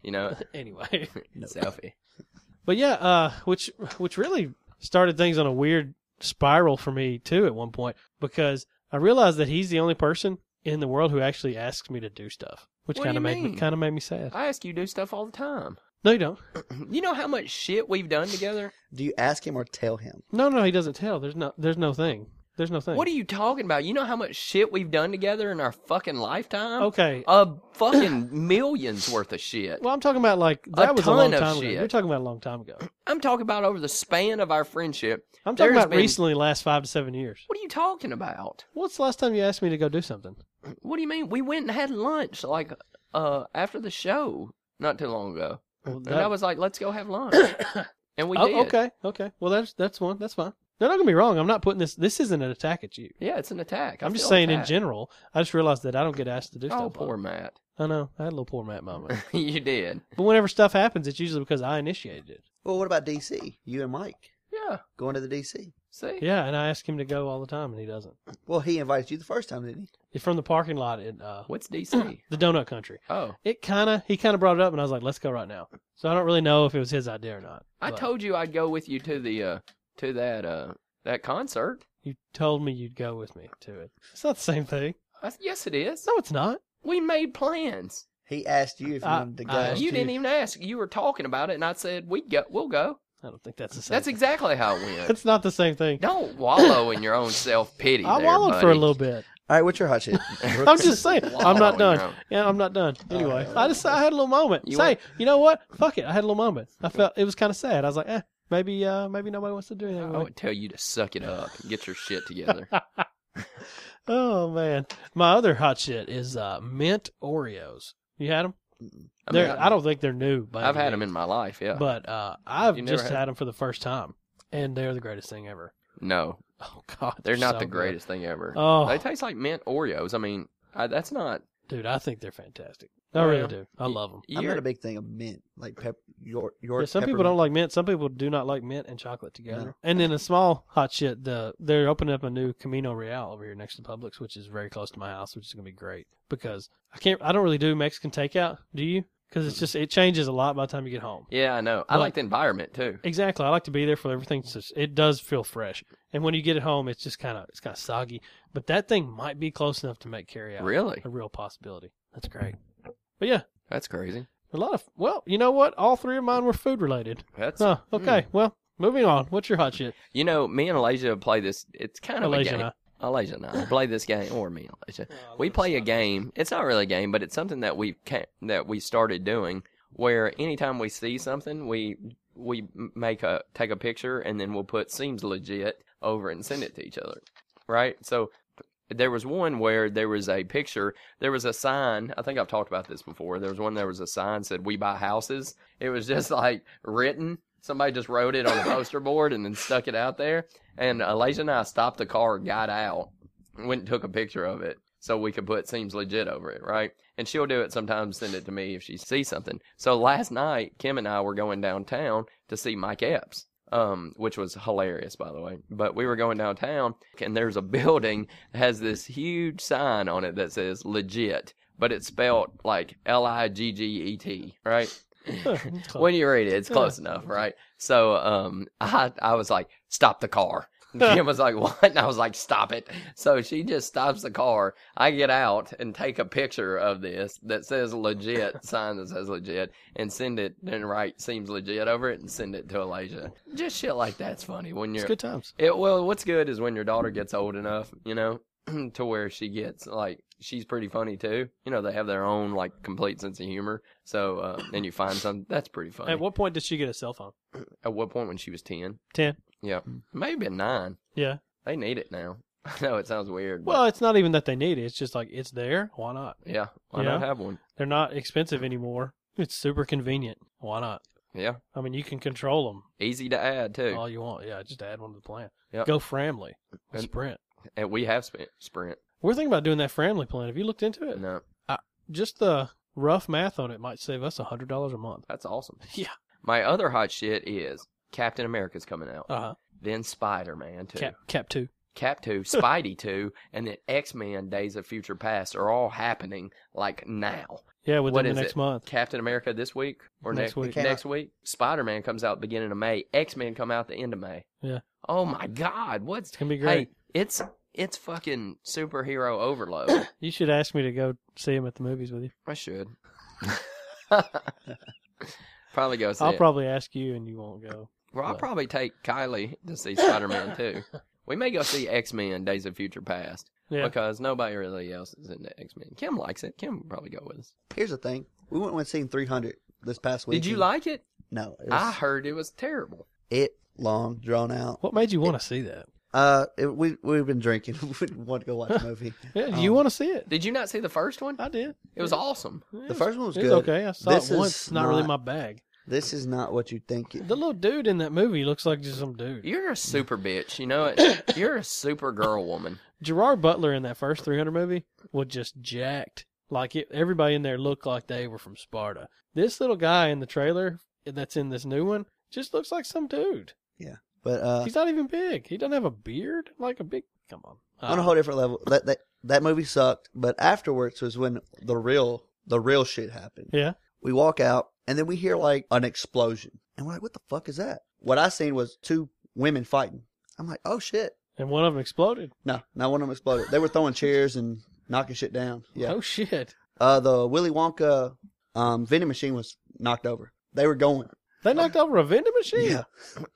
S1: you know,
S2: anyway, <laughs>
S1: selfie.
S2: but yeah, uh, which which really started things on a weird spiral for me too at one point because I realized that he's the only person in the world who actually asks me to do stuff, which
S1: What do
S2: kind of
S1: you
S2: made me
S1: mean?
S2: kind of made me sad.
S1: I ask you to do stuff all the time.
S2: <laughs> No, you don't.
S1: You know how much shit we've done together?
S3: Do you ask him or tell him?
S2: No, no, he doesn't tell. There's no there's no thing. There's no thing.
S1: What are you talking about? You know how much shit we've done together in our fucking lifetime?
S2: Okay.
S1: A fucking millions worth of shit.
S2: Well, I'm talking about like that was a
S1: ton
S2: long
S1: of
S2: time
S1: shit.
S2: ago. You're talking about a long time ago.
S1: I'm talking about over the span of our friendship. <clears throat>
S2: I'm talking
S1: There's
S2: about
S1: been-
S2: recently, last five to seven years.
S1: What are you talking about?
S2: What's the last time you asked me to go do something?
S1: What do you mean? We went and had lunch like uh after the show not too long ago.
S2: Well,
S1: And I was like, let's go have
S2: <coughs>
S1: lunch. and we did.
S2: oh, okay, okay. Well, that's that's one. That's fine. No, don't get me wrong. I'm not putting this. This isn't an attack at you.
S1: Yeah, it's an attack. I
S2: I'm just
S1: feel
S2: saying in
S1: attacked.
S2: general. I just realized that I don't get asked to do
S1: Oh,
S2: stuff.
S1: poor Matt. <laughs>
S2: I know. I had a little poor Matt moment. <laughs>
S1: you did.
S2: but whenever stuff happens, it's usually because I initiated it.
S3: Well, what about DC? You and Mike
S1: Yeah.
S3: going to the DC?
S1: See?
S2: Yeah, and I ask him to go all the time, and he doesn't.
S3: Well, he invited you the first time, didn't he?
S2: It's from the parking lot in uh, <coughs>
S1: What's DC?
S2: the Donut Country.
S1: oh.
S2: It kind of he kind of brought it up, and I was like, "Let's go right now." So I don't really know if it was his idea or not.
S1: I
S2: but
S1: told you I'd go with you to the uh to that uh that concert.
S2: you told me you'd go with me to it. It's not the same thing.
S1: I said, yes, it is.
S2: No, it's not.
S1: We made plans.
S3: He asked you if you
S2: I-
S3: wanted to go.
S2: I asked
S1: Uh, you didn't
S2: Uh, you.
S1: even ask. You were talking about it, and I said we go. We'll go.
S2: I don't think that's the same.
S1: That's
S2: thing.
S1: exactly how it went.
S2: <laughs> It's not the same thing.
S1: Don't wallow in your own self pity.
S2: I wallowed for a little bit.
S3: All right, what's your
S1: <laughs>
S3: hot shit?
S2: e- I'm just saying, I'm
S1: Wallow
S2: not
S1: in
S2: done.
S1: your own-
S2: Yeah, I'm not done. Anyway, I just I had a little moment.
S1: You
S2: Say,
S1: want-
S2: you know what? Fuck it. I had a little moment. I felt it was kind of sad. I was like, eh, maybe uh, maybe nobody wants to do anything.
S1: I
S2: with me.
S1: would tell you to suck it up and get your shit together.
S2: Oh man, my other hot shit is uh, mint Oreos. You had them?
S1: I,
S2: They're
S1: mean,
S2: I don't think they're new. By
S1: I've
S2: any
S1: had them
S2: means.
S1: in my life. Yeah.
S2: but uh, I've
S1: You never
S2: just
S1: had-
S2: had them for the first time, and they're the greatest thing ever. <laughs>
S1: no,
S2: Oh god,
S1: they're not
S2: so
S1: the
S2: good.
S1: greatest thing ever.
S2: Oh.
S1: They taste like mint Oreos. I mean, I, that's not.
S2: dude. I think they're fantastic. I
S1: Oh,
S2: really
S1: yeah.
S2: do. I
S1: Y-
S2: love them.
S3: I'm
S1: you're-
S3: not a big thing of mint, like pep, your your.
S2: Yeah, some people don't like mint. Some people do not like mint and chocolate together.
S3: No.
S2: And then a small hot shit. The they're opening up a new Camino Real over here next to Publix, which is very close to my house, which is gonna be great because I can't. I don't really do Mexican takeout. Do you? Because it's just it changes a lot by the time you get home.
S1: Yeah, I know. I
S2: But-
S1: like the environment too.
S2: Exactly. I like to be there for everything. So it's- it does feel fresh. And when you get it home, it's just kind of it's kind of soggy. But that thing might be close enough to make carry out
S1: Really?
S2: a real possibility. That's great. But yeah,
S1: That's crazy.
S2: a lot of well, you know what? All three of mine were food related.
S1: That's Hmm.
S2: Huh, okay. Well, moving on. What's your hot shit?
S1: You know, me and Elijah play this. It's kind of
S2: Malaysia
S1: a
S2: and
S1: game.
S2: I.
S1: Elijah and I play this game, or me and Elijah. We play
S2: <laughs>
S1: a game. It's not really a game, but it's something that we can that we started doing. Where anytime we see something, we we make a take a picture and then we'll put seems legit over and send it to each other, right? So there was one where there was a picture. There was a sign. I think I've talked about this before. There was one. There was a sign said "We buy houses." It was just <laughs> like written. Somebody just wrote it on a poster board and then stuck it out there. And Elijah and I stopped the car, got out, went and took a picture of it so we could put seems legit over it, right? And she'll do it sometimes, send it to me if she sees something. So last night, Kim and I were going downtown to see Mike Epps. Um, which was hilarious, by the way. But we were going downtown, and there's a <laughs> building that has this huge sign on it that says legit, but it's spelled like L I G G E T, right? when you read it, it's close enough, right? So um, <laughs> I I was like, stop the car. And Kim was like, what? And I was like, stop it. So she just stops the car. I get out and take a picture of this that says legit, sign that says legit, and send it and write seems legit over it and send it to Elijah. Just shit like that's funny when
S2: It's
S1: you're
S2: good times.
S1: it, well, what's good is when your daughter gets old enough, you know, <clears throat> to where she gets like she's pretty funny too. You know, they have their own like complete sense of humor. So uh, then you find something that's pretty funny.
S2: At what point did she get a cell phone?
S1: At what point when she was ten?
S2: 10.
S1: Yeah, maybe been nine.
S2: Yeah.
S1: They need it now. <laughs> I know it sounds weird. But
S2: Well, it's not even that they need it. It's just like it's there. Why not?
S1: yeah, why
S2: yeah.
S1: not have one?
S2: They're not expensive anymore. It's super convenient. Why not?
S1: Yeah,
S2: I mean, you can control them
S1: easy to add too.
S2: all you want. Yeah, just add one to the plan.
S1: Yep.
S2: Go Framley.
S1: And-
S2: Sprint.
S1: and we have spent Sprint.
S2: We're thinking about doing that Framley plan. Have you looked into it?
S1: No,
S2: Just the rough math on it might save us a hundred dollars a month.
S1: that's awesome.
S2: Yeah.
S1: My other hot shit is Captain America's coming out.
S2: Uh huh.
S1: then Spider Man two,
S2: Cap, cap two.
S1: Cap
S2: <laughs>
S1: two, Spidey two, and then X Men Days of Future Past are all happening like now.
S2: Yeah, within
S1: What
S2: the
S1: is
S2: next
S1: it?
S2: month.
S1: Captain America this week or
S2: Next
S1: next
S2: week.
S1: week.
S3: It came
S1: Next week, Spider Man comes out beginning of May. X Men come out the end of May.
S2: Yeah.
S1: Oh my God, what's
S2: It's gonna be
S1: hey?
S2: great.
S1: It's it's fucking superhero overload.
S2: <coughs> You should ask me to go see him at the movies with you.
S1: I should. <laughs> probably go see
S2: I'll
S1: it.
S2: probably ask you, and you won't go.
S1: well, I'll
S2: well.
S1: probably take Kylie to see Spider Man
S3: <laughs>
S1: too. We may go see X Men Days of Future Past
S2: Yeah,
S1: because nobody really else is into X Men. Kim likes it. Kim will probably go with us.
S3: Here's the thing: we went and seen 300 this past week.
S1: Did you
S3: and-
S1: like it?
S3: No, it,
S1: I
S3: was,
S1: heard it was terrible.
S3: it long drawn out.
S2: what made you want to see that?
S3: Uh, it, we we've been drinking. <laughs> we didn't want to go watch a movie.
S2: Yeah, you
S3: Um,
S2: want to see it?
S1: Did you not see the first one?
S2: I did.
S1: It was awesome.
S3: The first one was
S2: It's
S3: good.
S2: okay. I saw
S3: This
S2: it
S3: is
S2: once. It's not, really my
S3: not-
S2: bag.
S3: This is not what you think. It,
S2: The little dude in that movie looks like just some dude.
S1: You're a super bitch. You
S3: <laughs>
S1: know it. You're a super girl woman.
S2: Gerard Butler in that first 300 movie was just jacked. Like it, everybody in there looked like they were from Sparta. This little guy in the trailer that's in this new one just looks like some dude.
S3: but uh,
S2: He's not even big. He doesn't have a beard. Like a big. Come on.
S3: on a
S2: Uh,
S3: whole different level, that that that movie sucked. But afterwards was when the real the real shit happened.
S2: yeah.
S3: We walk out and then we hear like an explosion, and we're like, "What the fuck is that?" What I seen was two women fighting. I'm like, "Oh shit!"
S2: Uh, And one of them exploded.
S3: No, not one of them exploded. They were throwing chairs and knocking shit down. Yeah.
S2: Oh shit.
S3: Uh, the Willy Wonka um, vending machine was knocked over. They were going.
S2: They knocked over a vending machine.
S3: Yeah.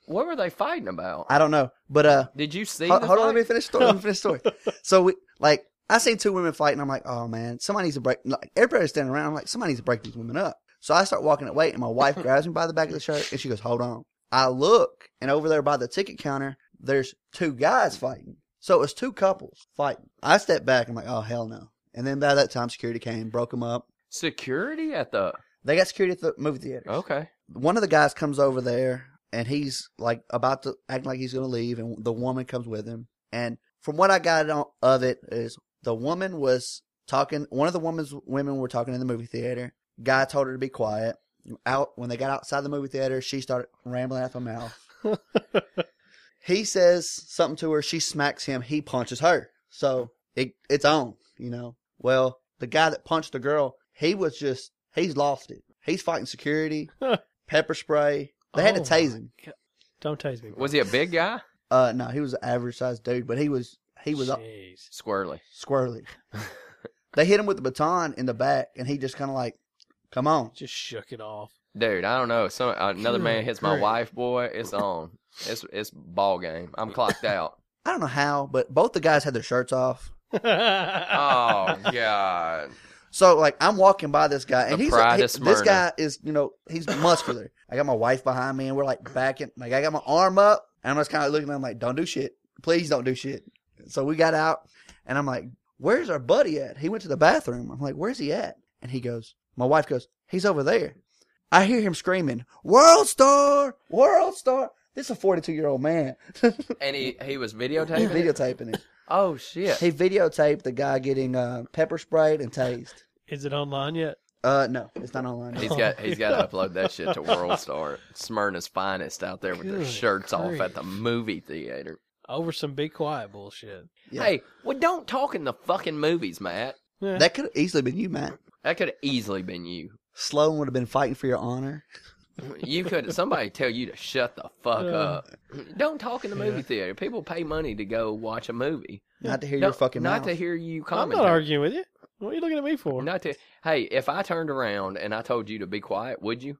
S1: What were they fighting about?
S3: I don't know, but uh,
S1: Did you see?
S3: hold,
S1: the
S3: hold on. Let me
S1: fight?
S3: finish the story. Let me finish the story. So we like I seen two women fighting. I'm like, oh man, somebody needs to break. Like everybody's standing around. I'm like, somebody needs to break these women up. So I start walking away, and my wife grabs me by the back of the shirt, and she goes, "Hold on." I look, and over there by the ticket counter, there's two guys fighting. So it was two couples fighting. I step back. I'm like, oh hell no. And then by that time, security came, broke them up.
S1: Security at the.
S3: They got security at the movie theater.
S1: Okay.
S3: one of the guys comes over there and he's like about to act like he's going to leave and the woman comes with him and from what i got on, of it is the woman was talking one of the woman's women were talking in the movie theater guy told her to be quiet out when they got outside the movie theater she started rambling out her mouth he says something to her she smacks him he punches her so it, it's on you know well the guy that punched the girl he was just he's lost it he's fighting security pepper spray. They had to
S2: Oh,
S3: tase him.
S2: Don't tase me.
S1: Was he a big guy?
S3: Uh, no, he was an average sized dude, but he was he was uh,
S2: Jeez.
S1: Squirrely.
S3: squirrely. they hit him with the baton in the back, and he just kind of like, "Come on."
S2: Just shook it off. <laughs>
S1: Dude, I don't know. Some uh, another
S2: Good
S1: man hits my
S2: grief.
S1: wife, boy. It's on. It's it's ball game.
S2: <laughs>
S1: I'm clocked out.
S3: I don't know how, but both the guys had their shirts off.
S1: Oh God.
S3: So like, I'm walking by this guy, and
S1: The
S3: he's
S1: pride
S3: he-
S1: of
S3: this
S1: Smyrna.
S3: guy is you know he's muscular. I got my wife behind me, and we're like backing. Like I got my arm up, and I'm just kind of looking at him like, "Don't do shit, please don't do shit." So we got out, and I'm like, "Where's our buddy at?" He went to the bathroom. I'm like, "Where's he at?" And he goes, "My wife goes, he's over there." I hear him screaming, "World star, world star!" This is a 42 year old man <laughs>
S1: And he he was
S3: He's
S1: videotaping. it?
S3: videotaping it.
S1: Oh shit.
S3: He videotaped the guy getting uh, pepper sprayed and tased.
S2: Is it online yet?
S3: Uh, no, it's not online.
S1: He's got he's got to upload that shit to World Star. Smyrna's finest out there with their
S2: Good
S1: shirts off at the
S2: grief.
S1: movie theater.
S2: Over some be quiet bullshit.
S3: Yeah.
S1: Hey, well, don't talk in the fucking movies, Matt.
S2: Yeah.
S3: That could have easily been you, Matt.
S1: That could have easily been you.
S3: Sloan would have been fighting for your honor.
S1: You could somebody tell you to shut the fuck
S2: Yeah.
S1: up. Don't talk in the movie
S2: Yeah.
S1: theater. People pay money to go watch a movie.
S3: Not to hear
S1: Don't-
S3: your fucking
S1: not
S3: mouth.
S1: to hear you
S2: I'm
S1: comment.
S2: not arguing with you. What are you looking at me for?
S1: Not to hey, if I turned around and I told you to be quiet, would you?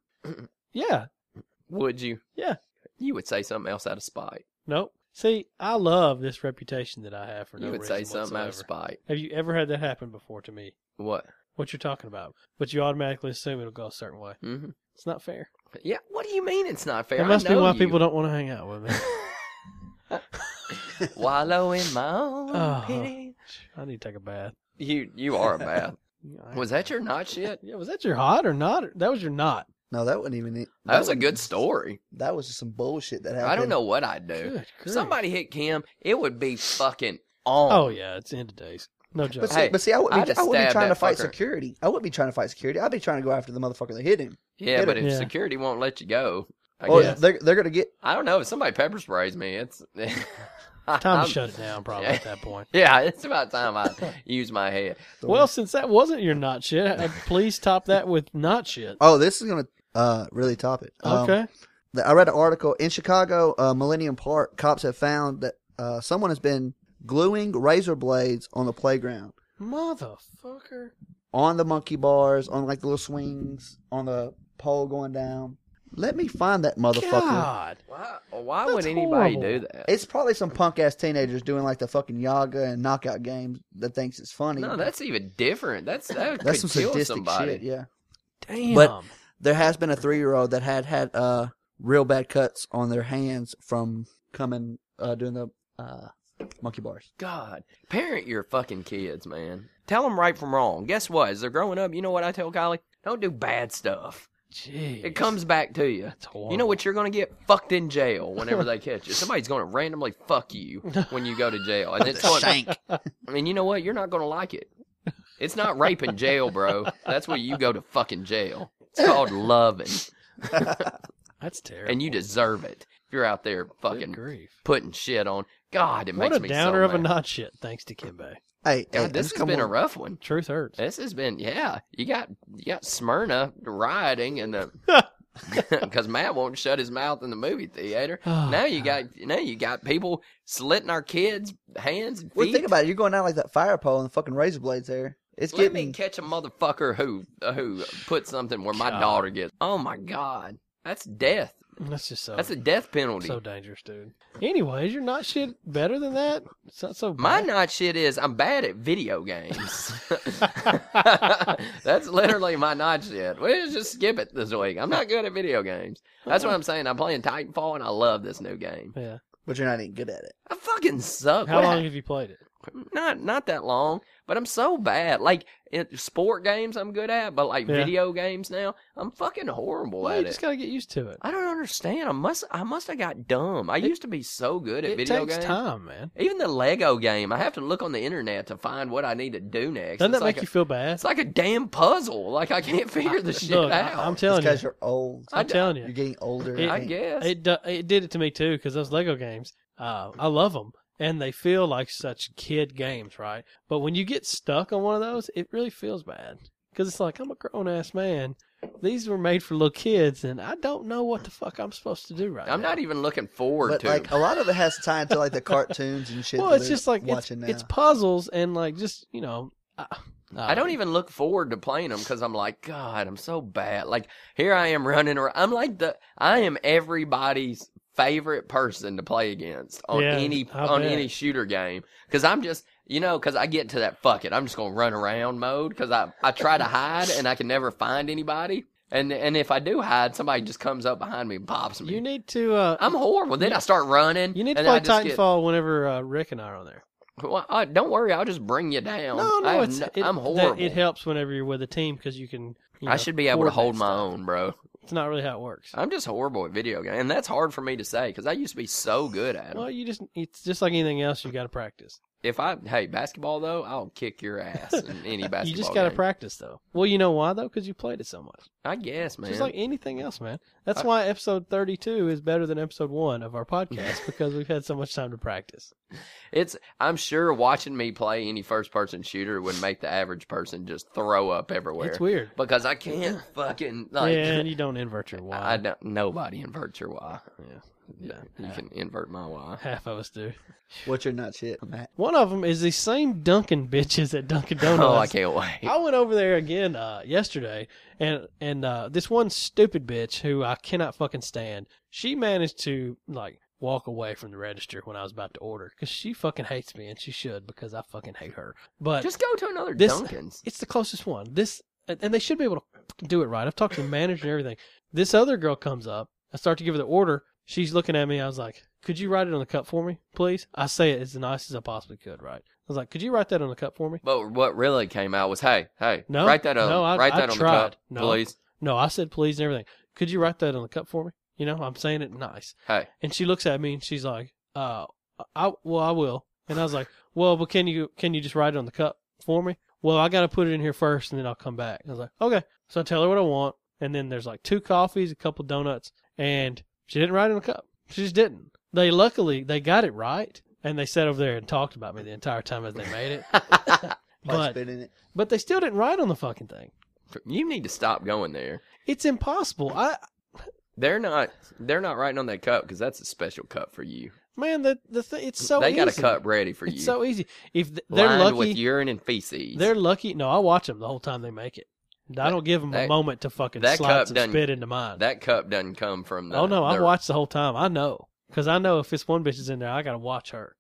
S2: Yeah.
S1: Would you?
S2: Yeah.
S1: You would say something else out of spite.
S2: Nope. See, I love this reputation that I have for no
S1: you would
S2: reason
S1: say something out of
S2: whatsoever.
S1: spite.
S2: Have you ever had that happen before to me?
S1: What?
S2: What you're talking about, but you automatically assume it'll go a certain way.
S1: hmm
S2: It's not fair.
S1: Yeah. What do you mean it's not fair?
S2: That must
S1: I
S2: be
S1: know
S2: why
S1: you. <laughs>
S2: people don't want to <laughs> hang out with me.
S1: wallow in my own
S2: Oh.
S1: pity.
S2: I need to take a bath.
S1: You you are a
S3: <laughs>
S1: bath.
S2: Yeah,
S1: Was that your not shit?
S2: Yeah, was that your hot or not? That was your not.
S3: no, that wasn't even it.
S1: That was a
S3: wasn't-
S1: good story.
S3: That was just some bullshit that happened.
S1: I don't know what I'd do.
S2: Good
S1: If
S2: grief.
S1: somebody hit Kim, it would be fucking on.
S2: Oh yeah, it's the end of days. No joke.
S3: But see,
S1: Hey,
S3: but see I wouldn't
S1: I'd
S3: be,
S1: have
S3: I wouldn't be
S1: stabbed
S3: trying to
S1: that
S3: fight
S1: fucker.
S3: security. I wouldn't be trying to fight security. I'd be trying to go after the motherfucker that hit him.
S1: Yeah,
S3: Hit
S1: but
S2: him.
S1: if
S2: Yeah.
S1: security won't let you go, I
S3: Well,
S1: guess.
S3: they're they're gonna get
S1: I don't know. If somebody pepper sprays me, it's <laughs>
S2: Time
S1: I'm-
S2: to shut it down, probably
S1: Yeah.
S2: at that point.
S1: <laughs> Yeah, it's about time I use my head.
S3: the
S2: Well, since that wasn't your not shit, uh, please top that with not shit.
S3: Oh, this is gonna uh really top it. Um,
S2: Okay.
S3: th- I read an article in Chicago, uh, Millennium Park. Cops have found that uh, someone has been gluing razor blades on the playground,
S2: Motherfucker.
S3: on the monkey bars, on like the little swings, on the pole going down. Let me find that motherfucker.
S2: God.
S1: Why? Why
S2: That's
S1: would anybody
S2: horrible.
S1: do that?
S3: It's probably some punk ass teenagers doing like the fucking yaga and knockout games that thinks it's funny.
S1: no, that's even different. That's that
S3: that's
S1: could
S3: some
S1: kill
S3: sadistic
S1: somebody.
S3: shit. Yeah,
S2: Damn.
S3: But- there has been a three year old that had had uh real bad cuts on their hands from coming uh doing the uh monkey
S1: <laughs>
S3: bars.
S1: God, parent your fucking kids, man. Tell them right from wrong. Guess what? As they're growing up, you know what I tell Kylie? Don't do bad stuff.
S2: Jeez.
S1: It comes back to you.
S2: That's horrible.
S1: You know what you're gonna get fucked in jail whenever they catch you. Somebody's gonna randomly fuck you when you go to jail, and it's going.
S3: Shank.
S1: I mean, you know what? You're not gonna like it. It's not rape in jail, bro. That's where you go to fucking jail. It's called loving,
S2: That's terrible.
S1: and you deserve it. If you're out there
S2: Good
S1: fucking
S2: grief.
S1: putting shit on, God, it
S2: What
S1: makes
S2: a
S1: me
S2: downer
S1: so
S2: of a
S1: mad.
S2: not shit, thanks to Kimbe.
S3: Hey, hey,
S1: God, this has
S3: just come
S1: been a
S3: on.
S1: rough one.
S2: Truth hurts.
S1: This has been, yeah. You got you got Smyrna rioting and the
S2: <laughs>
S1: <laughs> because Matt won't shut his mouth in the movie theater.
S2: Oh,
S1: now you got now you got people slitting our kids' hands and feet.
S3: Well, think about it. You're going out like that fire pole and the fucking razor blades there. It's
S1: Let me
S3: getting.
S1: catch a motherfucker who uh, who put something where my
S2: God.
S1: daughter gets. Oh my god, that's death.
S2: That's just so
S1: That's a death penalty.
S2: so dangerous, dude. Anyways, you're not shit better than that. It's not so bad.
S1: My not shit is I'm bad at video games.
S2: <laughs>
S1: That's literally my not shit. We'll just skip it this week. I'm not good at video games. That's
S2: Uh-huh.
S1: what I'm saying. I'm playing Titanfall and I love this new game.
S2: Yeah.
S3: But you're not even good at it.
S1: I fucking suck.
S2: How
S1: What
S2: long have you played it?
S1: hap- <laughs> Not not that long, but I'm so bad. Like it, sport games I'm good at, but like
S2: Yeah.
S1: video games now, I'm fucking horrible
S2: Well,
S1: at
S2: you
S1: it.
S2: just gotta get used to it.
S1: I don't understand. I must I must have got dumb. I
S2: It-
S1: used to be so good at
S2: It
S1: video
S2: takes
S1: games.
S2: time, man.
S1: Even the Lego game, I have to look on the internet to find what I need to do next.
S2: Doesn't
S1: it's
S2: that make
S1: like a,
S2: you feel bad?
S1: It's like a damn puzzle. Like I
S2: <laughs>
S1: can't figure the shit
S2: Look,
S1: out.
S2: I, am
S3: It's
S2: telling
S3: because
S2: you,
S3: you're old.
S2: I'm
S1: I-
S2: telling
S3: You're
S2: you,
S3: getting older.
S2: It-
S1: I
S3: think.
S1: guess.
S2: it do- it did it to me too because those Lego games, uh, I love them and they feel like such kid games, right? But when you get stuck on one of those, it really feels bad because it's like I'm a grown ass man. These were made for little kids, and I don't know what the fuck I'm supposed to do right
S1: I'm
S2: now.
S1: not even looking forward
S3: But
S1: to.
S3: like
S1: it.
S3: a lot of it has time to
S1: <laughs>
S3: like the cartoons and shit.
S2: Well,
S3: that
S2: it's
S3: they're
S2: just like it's,
S3: watching
S2: it's
S3: now.
S2: puzzles and like just you know, I, uh,
S1: I don't even look forward to playing them because I'm like, God, I'm so bad. Like here I am running around. I'm like the I am everybody's favorite person to play against on
S2: Yeah,
S1: any
S2: I
S1: on
S2: bet.
S1: any shooter game because I'm just you know because I get to that fuck it. I'm just gonna run around mode because I I try to hide and I can never find anybody. And and if I do hide, somebody just comes up behind me and pops me.
S2: You need to. Uh,
S1: I'm horrible. Then I start running.
S2: you need to
S1: and I
S2: play
S1: just get-
S2: Titanfall whenever uh, Rick and I are on there.
S1: Well, I, don't worry, I'll just bring you down.
S2: No,
S1: I
S2: no,
S1: have
S2: it's
S1: no-
S2: it,
S1: I'm
S2: that-
S1: horrible.
S2: it helps whenever you're with a team because you can. You
S1: I
S2: know,
S1: should be able to hold
S2: coordinate
S1: my
S2: stuff.
S1: own, bro.
S2: It's not really how it works.
S1: I'm just horrible at video games, and that's hard for me to say because I used to be so good at them.
S2: Well, you just it's just like anything else. You got to practice.
S1: if I hey basketball though, I'll kick your ass
S2: <laughs>
S1: in any basketball.
S2: you just
S1: got
S2: got to practice though. Well, you know why though? Because you played it so much.
S1: I guess, man.
S2: Just like anything else, man. That's
S1: I-
S2: why episode thirty-two is better than episode one of
S1: <laughs>
S2: our podcast because we've had so much time to practice.
S1: it's I'm sure watching me play any first person shooter would make the average person just throw up everywhere.
S2: It's weird.
S1: because I can't
S2: <laughs>
S1: fucking like. <laughs>
S2: yeah, and you don't invert your
S1: I I
S2: Y.
S1: don't. Nobody inverts your Y.
S2: Yeah.
S1: Yeah, you can invert my Y.
S2: Half of us do.
S3: What's your nut shit, Matt?
S2: One of them is the same Dunkin' bitches at Dunkin'
S1: <laughs>
S2: Donuts.
S1: Oh, I can't wait.
S2: I went over there again uh, yesterday, and and uh, this one stupid bitch who I cannot fucking stand. She managed to like walk away from the register when I was about to order because she fucking hates me, and she should because I fucking hate her.
S1: <laughs>
S2: But
S1: Just go to another
S2: This-
S1: Dunkin's.
S2: it's the closest one. This and and they should be able to fucking do it right. I've talked to the manager and everything. This other girl comes up. I start to give her the order. She's looking at me. I was like, "Could you write it on the cup for me, please?" I say it as nice as I possibly could. Right? I was like, "Could you write that on the cup for me?"
S1: But what really came out was, hey, hey,
S2: No,
S1: write that on,
S2: no, I-
S1: write
S2: I
S1: that on
S2: tried.
S1: the cup,
S2: No.
S1: please.
S2: No, I said please and everything. Could you write that on the cup for me? You know, I'm saying it nice.
S1: Hey,
S2: And she looks at me and she's like, uh, I, well, I will. And I was like, <laughs> well, but can you, can you just write it on the cup for me? Well, I got to put it in here first and then I'll come back. And I was like, okay. So I tell her what I want. And then there's like two coffees, a couple donuts, and She didn't write in a cup. She just didn't. They luckily they got it right, and they sat over there and talked about me the entire time as they made it.
S3: Like
S2: but
S3: spinning it.
S2: but they still didn't write on the fucking thing.
S1: you need to stop going there.
S2: It's impossible. I
S1: They're not. They're not writing on that cup because that's a special cup for you.
S2: man, the the th- it's so
S1: they
S2: easy.
S1: got a cup ready for you.
S2: It's so easy. If th- they're
S1: lined
S2: lucky,
S1: with urine and feces.
S2: they're lucky. No, I watch them the whole time they make it. I don't give them a
S1: that-
S2: moment to fucking
S1: that cup
S2: slice and
S1: doesn't-
S2: spit into mine.
S1: that cup doesn't come from the.
S2: oh no, I
S1: the-
S2: watch the whole time. I know because I know if this one bitch is in there, I gotta watch her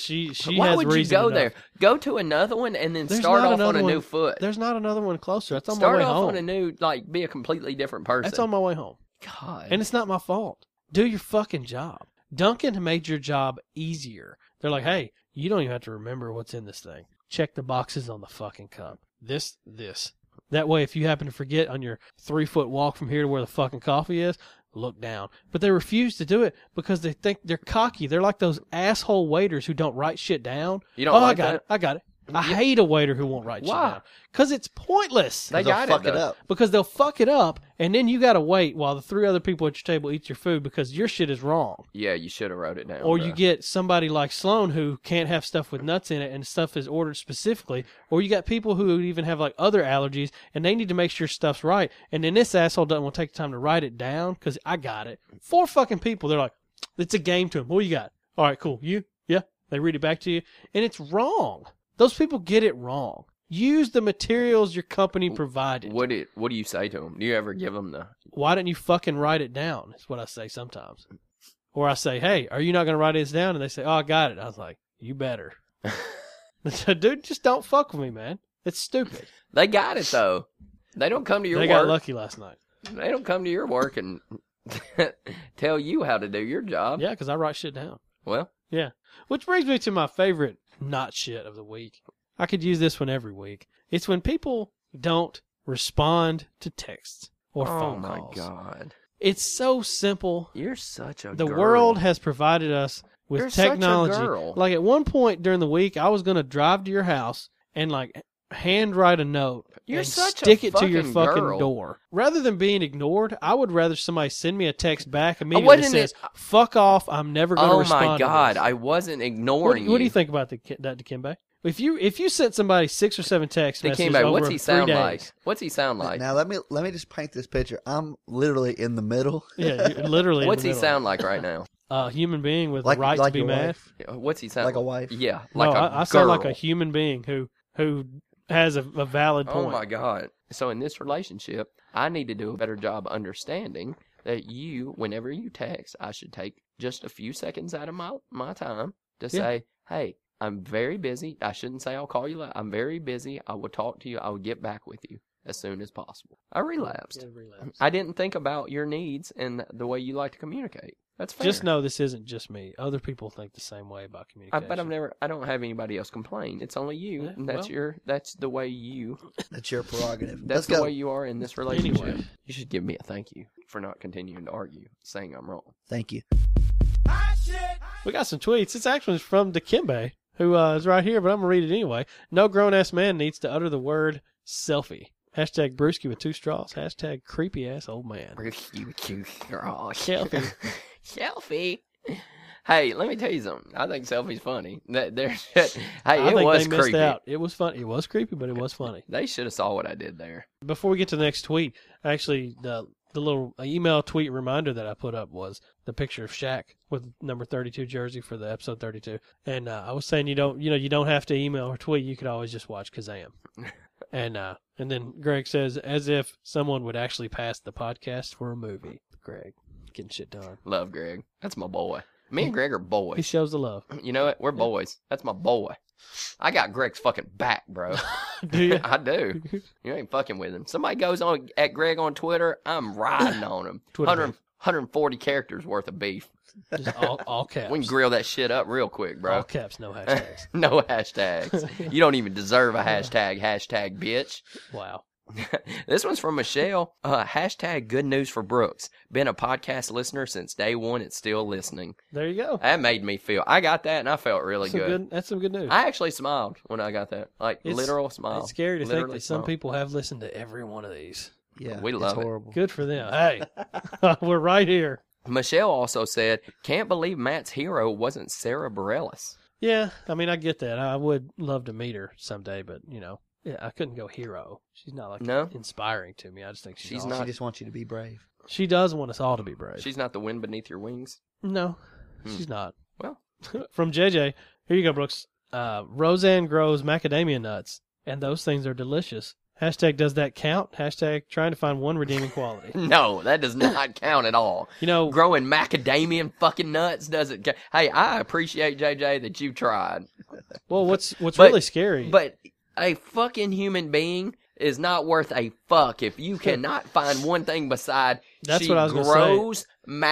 S1: <laughs>
S2: she she
S1: Why
S2: has
S1: would you
S2: reason
S1: go
S2: enough.
S1: there? Go to another one and then
S2: There's
S1: start
S2: not
S1: off on
S2: another
S1: a new
S2: one.
S1: foot.
S2: There's not another one close to. her. That's on my
S1: start
S2: way
S1: off
S2: home.
S1: on a new, like, be a completely different person.
S2: That's on my way home.
S1: God.
S2: And it's not my fault. Do your fucking job. Duncan made your job easier. They're like, hey, you don't even have to remember what's in this thing. Check the boxes on the fucking cup. This, this. That way, if you happen to forget on your three foot walk from here to where the fucking coffee is, look down. But they refuse to do it because they think they're cocky. They're like those asshole waiters who don't write shit down.
S1: you don't
S2: oh, I
S1: like
S2: got
S1: that?
S2: it. I got it. I hate a waiter who won't write
S1: Why?
S2: shit down. Because it's pointless
S1: They
S3: They'll
S1: got
S3: fuck
S1: it, though.
S3: up.
S2: because they'll fuck it up, and then you gotta wait while the three other people at your table eat your food because your shit is wrong.
S1: Yeah, you should have wrote it down.
S2: Or
S1: bro.
S2: you get somebody like Sloan who can't have stuff with nuts in it and stuff is ordered specifically. Or you got people who even have like other allergies and they need to make sure stuff's right. And then this asshole doesn't want to take the time to write it down because I got it. Four fucking people, they're like, it's a game to them. What you got? All right, cool. You? Yeah. They read it back to you. And it's wrong. Those people get it wrong. Use the materials your company provided.
S1: What, it, what do you say to them? Do you ever give them the.
S2: why didn't you fucking write it down? Is what I say sometimes. Or I say, hey, are you not going to write this down? And they say, oh, I got it. I was like,
S1: <laughs>
S2: you better. <laughs> So, Dude, just don't fuck with me, man. It's stupid.
S1: They got it, though. They don't come to <laughs> your
S2: they got
S1: work.
S2: lucky last night.
S1: They don't come to your work and <laughs> tell you how to do your job.
S2: Yeah, because I write shit down.
S1: Well,
S2: Which brings me to my favorite not shit of the week. I could use this one every week. It's when people don't respond to texts or
S1: oh
S2: phone
S1: my
S2: calls.
S1: God.
S2: It's so simple.
S1: You're such a
S2: the
S1: girl.
S2: world has provided us with
S1: You're such a
S2: technology.
S1: girl.
S2: Like at one point during the week, I was gonna drive to your house and like handwrite a note
S1: You're
S2: and
S1: such a
S2: stick it to your
S1: fucking
S2: fucking
S1: girl.
S2: door. Rather than being ignored, I would rather somebody send me a text back immediately that
S1: wasn't
S2: says, "Fuck off! I'm never gonna
S1: e- Oh
S2: respond."
S1: my
S2: to
S1: God.
S2: this."
S1: I wasn't
S2: what,
S1: ignoring
S2: what do you think about the, that Dikembe? If you if you sent somebody six or seven text
S1: They
S2: messages
S1: came back.
S2: over
S1: What's
S2: three
S1: he sound
S2: days,
S1: like? What's he sound like?
S3: Now let me let me just paint this picture. I'm literally in the middle,
S2: yeah, you- literally. in
S1: What's
S2: the
S1: he
S2: middle.
S1: sound like right now?
S2: A human being with
S3: like
S2: the right
S3: like
S2: to be
S3: your
S2: mad.
S3: wife.
S1: Yeah, What's he sound
S3: Like a
S1: <laughs>
S3: wife.
S1: Yeah, like
S2: no,
S1: a
S2: I I
S1: girl.
S2: sound like a human being who who has a, a valid
S1: oh
S2: point.
S1: my god! So in this relationship, I need to do a better job understanding that you, whenever you text, I should take just a few seconds out of my my time to
S2: Yeah.
S1: say, "Hey, I'm very busy. I shouldn't say I'll call you. Later. I'm very busy. I will talk to you. I will get back with you as soon as possible." I relapsed. I didn't think about your needs and the way you like to communicate. That's fair.
S2: Just know this isn't just me. Other people think the same way about
S1: I
S2: communication.
S1: bet I've never. I don't have anybody else complain. It's only you.
S2: Yeah,
S1: and that's
S2: well.
S1: your. That's the way you.
S3: That's your prerogative.
S1: <laughs> That's
S3: Let's
S1: the
S3: go.
S1: way you are in this relationship.
S2: Anyway.
S1: You should give me a thank you for not continuing to argue, saying I'm
S2: <laughs>
S1: wrong.
S3: Thank you.
S2: We got some tweets. This actually is from Dikembe, who uh, is right here, but I'm gonna read it anyway. No grown ass man needs to utter the word selfie. Hashtag brewski with two straws. Hashtag creepy ass old man.
S1: <laughs> Oh,
S2: <laughs> Selfie.
S1: Selfie. Hey, let me tell you something. I think selfie's funny. That there. <laughs> hey,
S2: I
S1: it
S2: think
S1: was
S2: they missed
S1: creepy.
S2: out. It was fun. It was creepy, but it was funny.
S1: They should have saw what I did there.
S2: Before we get to the next tweet, actually, the the little uh, email tweet reminder that I put up was the picture of Shaq with number thirty two jersey for the episode thirty two, and uh, I was saying you don't you know you don't have to email or tweet, you could always just
S1: <laughs>
S2: watch Kazam, and uh, and then Greg says as if someone would actually pass the podcast for a movie. Greg getting shit done.
S1: Love Greg. That's my boy. Me and Greg are
S2: He
S1: boys.
S2: shows
S1: <laughs>
S2: the love.
S1: You know what? We're boys. That's my boy. I got Greg's fucking back,
S2: <laughs>
S1: bro. <laughs>
S2: Do you?
S1: I do. You ain't fucking with him. Somebody goes on at Greg on Twitter, I'm riding on him.
S2: <laughs> Twitter
S1: 100,
S2: beef.
S1: 140 characters worth of beef.
S2: Just all, all caps.
S1: We can grill that shit up real quick,
S2: all
S1: bro.
S2: caps, no hashtags.
S1: <laughs> no
S2: <laughs>
S1: hashtags. you don't even deserve a hashtag, hashtag bitch. <laughs>
S2: wow.
S1: this one's from Michelle. Uh, hashtag good news for Brooks. Been a podcast listener since day one and still listening.
S2: There you go.
S1: That made me feel. I got that and I felt really
S2: Some
S1: good.
S2: good. That's some good news.
S1: I actually smiled when I got that. Like,
S2: It's-
S1: literal smile.
S2: It's scary to think
S1: Um, Literally
S2: that some
S1: smile.
S2: people have listened to every one of these.
S3: Yeah,
S1: We
S3: it's
S1: love it.
S3: horrible.
S2: <laughs> Good for them. Hey, we're right here.
S1: Michelle also said, "Can't believe Matt's hero wasn't Sarah Bareilles."
S2: Yeah, I mean, I get that. I would love to meet her someday, but you know, yeah, I couldn't go hero. She's not like
S1: No?
S2: inspiring to me. I just think she's,
S1: She's
S2: awesome.
S1: not-
S3: She just wants you to be brave.
S2: She does want us all to be brave.
S1: She's not the wind beneath your wings. <laughs>
S2: no,
S1: Hmm.
S2: she's not.
S1: Well.
S2: <laughs> from JJ, here you go, Brooks. Uh, Roseanne grows macadamia nuts, and those things are delicious. Hashtag does that count? Hashtag trying to find one
S1: <laughs>
S2: redeeming quality.
S1: No, that does not count at all.
S2: You know,
S1: Growing macadamia and fucking nuts doesn't. Ca- hey, I appreciate JJ that you tried,
S2: well, what's what's
S1: But-
S2: really scary?
S1: but a fucking human being is not worth a fuck if you cannot find one thing beside
S2: That's
S1: she
S2: what I was gonna say.
S1: grows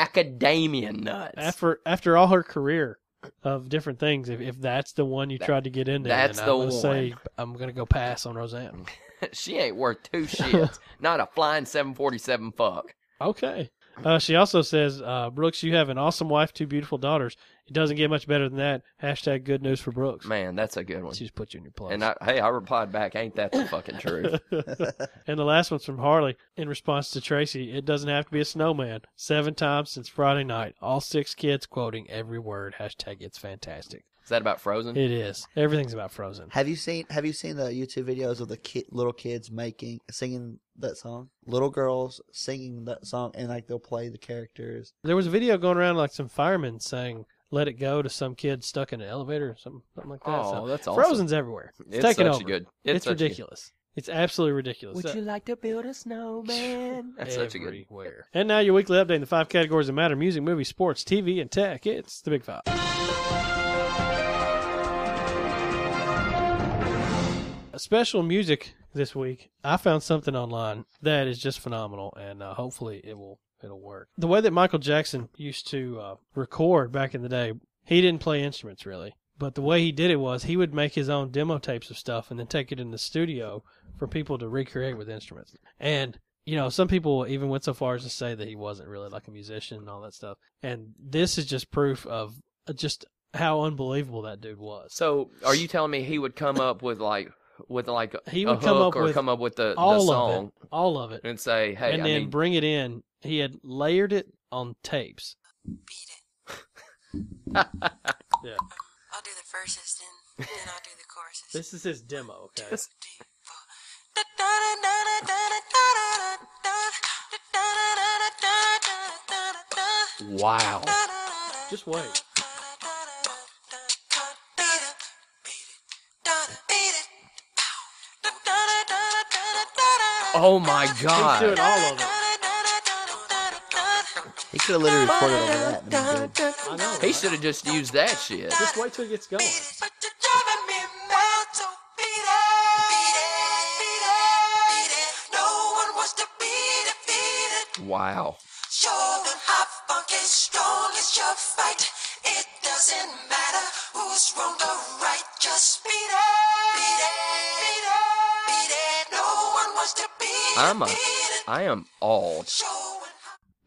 S1: macadamia nuts.
S2: after after all her career of different things, if, if that's the one you tried to get in there,
S1: that's
S2: then
S1: the
S2: I'm gonna Say I'm gonna go pass on Roseanne.
S1: <laughs> she ain't worth two
S2: <laughs>
S1: shits. not a flying 747 fuck.
S2: Okay. Uh, she also says, uh, Brooks, you have an awesome wife, two beautiful daughters. It doesn't get much better than that. Hashtag good news for Brooks.
S1: Man, that's a good one.
S2: She just put you in your place.
S1: And I, hey, I replied back, ain't that the fucking truth?
S2: <laughs> and the last one's from Harley in response to Tracy. It doesn't have to be a snowman. Seven times since Friday night. All six kids quoting every word. Hashtag it's fantastic.
S1: Is that about Frozen?
S2: It is. Everything's about Frozen.
S3: Have you seen Have you seen the YouTube videos of the ki- little kids making singing that song? Little girls singing that song, and like they'll play the characters.
S2: There was a video going around like some firemen saying, let it go to some kid stuck in an elevator or something, something like that.
S1: Oh,
S2: So,
S1: that's awesome.
S2: Frozen's everywhere. It's,
S1: It's
S2: taking
S1: such
S2: over.
S1: good.
S2: It's,
S1: such a good-
S2: ridiculous. It's absolutely ridiculous. Uh,
S1: like to build a snowman? That's such a good.
S2: everywhere. And now your weekly update in the five categories that matter: music, movies, sports, TV, and tech. It's the Big Five. Special music this week. I found something online that is just phenomenal, and uh, hopefully it will it'll work. The way that Michael Jackson used to uh, record back in the day, he didn't play instruments really. But the way he did it was he would make his own demo tapes of stuff and then take it in the studio for people to recreate with instruments. And you know, some people even went so far as to say that he wasn't really like a musician and all that stuff. And this is just proof of just how unbelievable that dude was.
S1: So, are you telling me he would come up with like with like a-
S2: He
S1: a
S2: would come
S1: hook
S2: up
S1: or
S2: with
S1: come up with the, the
S2: all of
S1: song
S2: it, all of it,
S1: and say, "Hey,
S2: and
S1: I
S2: then
S1: need
S2: bring it in. He had layered it on tapes. <laughs> yeah,
S4: I'll do the verses, then then I'll do the choruses.
S2: this is his demo. Okay,
S4: One, two, three, four. Da-da-da-da-da-da-da-da-da-da-da-da-da-da-da-da-da-da-da.
S1: wow."
S2: just wait.
S4: Beat it. Beat it. Da-da. Beat it. Pow. Da-da-da-da-da-da-da-da.
S1: Oh my
S2: He's doing
S1: god!
S2: all of it.
S4: Da-da-da-da-da-da-da-da.
S3: He could have literally recorded all of that. and then did it.
S2: I know.
S1: He should have just used that shit.
S2: Just wait till he gets going.
S4: But you're driving me mad, so beat it, beat it, beat it, beat it. No one wants to beat it, beat it.
S1: Wow.
S4: Show them how funk is strong, it's your fight. It doesn't matter who's wrong or right, just beat it, beat it, beat it, beat it. No one wants to beat it,
S1: I'm a.
S4: beat it.
S1: I am awed.
S4: Showing how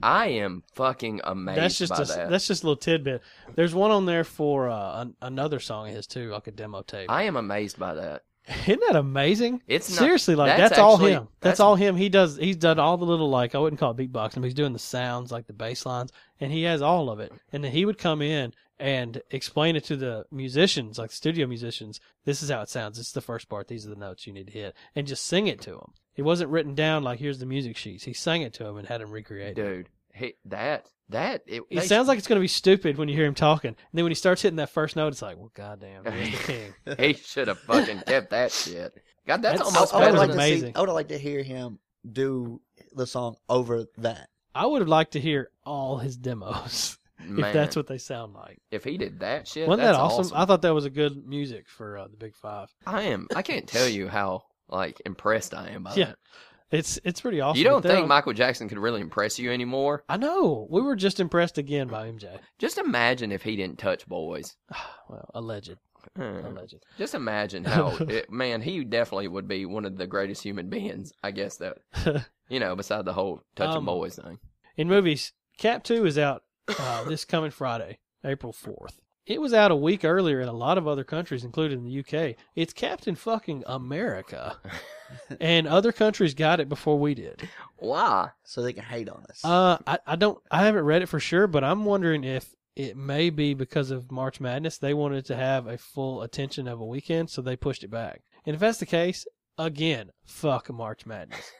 S1: I am fucking amazed
S2: That's just
S1: by
S2: a,
S1: that.
S2: that's just a little tidbit. There's one on there for uh, an, another song of his too, like a demo tape.
S1: I am amazed by that.
S2: Isn't that amazing?
S1: It's not-
S2: seriously like that's,
S1: that's
S2: all
S1: actually-
S2: him. That's,
S1: that's-
S2: all him. He does. He's done all the little like I wouldn't call it beatboxing, but he's doing the sounds like the bass lines, and he has all of it. And then he would come in and explain it to the musicians, like studio musicians. This is how it sounds. This is the first part. These are the notes you need to hit, and just sing it to them. It wasn't written down like here's the music sheets. He sang it to him and had him recreate it.
S1: Dude, he, that that it,
S2: It
S1: they-
S2: sounds like it's going to be stupid when you hear him talking. And then when he starts hitting that first note, it's like, well, goddamn, he's the
S1: <laughs>
S2: king.
S1: <laughs> he should have fucking kept that shit. God, that's,
S2: That's-
S1: almost
S3: I,
S2: That
S3: I
S1: better
S3: would
S2: was
S3: like
S1: than
S3: to see.
S2: amazing.
S3: I would like to hear him do the song over that.
S2: I would have liked to hear all his demos. if that's what they sound like.
S1: if he did that shit,
S2: Wasn't
S1: that's
S2: that awesome?
S1: awesome.
S2: I thought that was a good music for uh, the Big Five.
S1: I am. I can't tell you how like impressed I am by
S2: <laughs> yeah,
S1: that.
S2: it's it's pretty awesome.
S1: You don't
S2: They're
S1: think
S2: on-
S1: Michael Jackson could really impress you anymore?
S2: I know. We were just impressed again by MJ.
S1: Just imagine if he didn't touch boys.
S2: <sighs> well, alleged,
S1: Hmm.
S2: alleged.
S1: Just imagine how
S2: <laughs>
S1: it, man he definitely would be one of the greatest human beings. I guess
S2: <laughs>
S1: that you know, beside the whole touching
S2: Um,
S1: boys thing.
S2: In movies, Cap Two is out uh, this coming Friday, April fourth. It was out a week earlier in a lot of other countries, including the UK. It's Captain Fucking
S1: <laughs>
S2: America, and other countries got it before we did.
S1: Why?
S3: so they can hate on us.
S2: Uh, I, I don't, I haven't read it for sure, but I'm wondering if it may be because of March Madness. They wanted to have a full attention of a weekend, so they pushed it back. And if that's the case, again, fuck March Madness.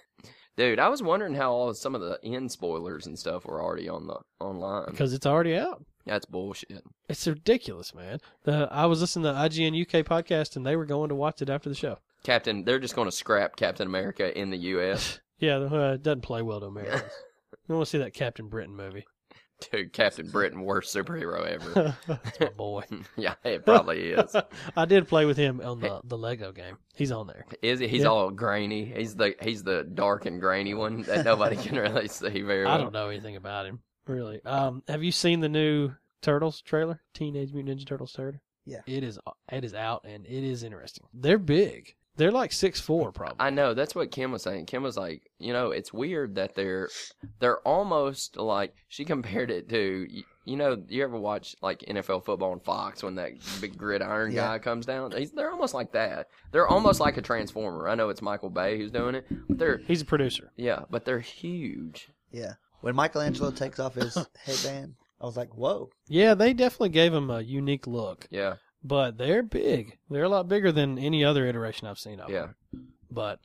S1: Dude, I was wondering how all some of the end spoilers and stuff were already on the online.
S2: because it's already out.
S1: That's bullshit.
S2: It's ridiculous, man. The I was listening to the IGN UK podcast and they were going to watch it after the show. <sighs>
S1: Captain, they're just going to scrap Captain America in the U.S.
S2: Yeah, uh, it doesn't play well to Americans. I want to see that Captain Britain movie.
S1: <laughs>
S2: <laughs>
S1: Dude, Captain Britain, worst superhero ever. <laughs>
S2: That's my boy.
S1: yeah, it probably is.
S2: <laughs> I did play with him on the, the Lego game. He's on there.
S1: Is he? He's
S2: Yeah.
S1: all grainy. He's the he's the dark and grainy one that nobody can <laughs> really see very well.
S2: I don't know anything about him really. Um, have you seen the new Turtles trailer? Teenage Mutant Ninja Turtles trailer.
S3: Yeah.
S2: it is. It is out and it is interesting. They're big. They're like six four probably.
S1: I know that's what Kim was saying. Kim was like, you know, it's weird that they're they're almost like she compared it to y- you know, you ever watch like NFL football on Fox when that big gridiron
S3: Yeah.
S1: guy comes down? He's, they're almost like that. They're almost like a transformer. I know it's Michael Bay who's doing it, but they're
S2: He's a producer.
S1: yeah, but they're huge.
S3: yeah. When Michelangelo takes
S2: <laughs>
S3: off his headband, I was like, whoa.
S2: Yeah, they definitely gave him a unique look.
S1: Yeah,
S2: but they're big. They're a lot bigger than any other iteration I've seen of
S1: yeah.
S2: them. But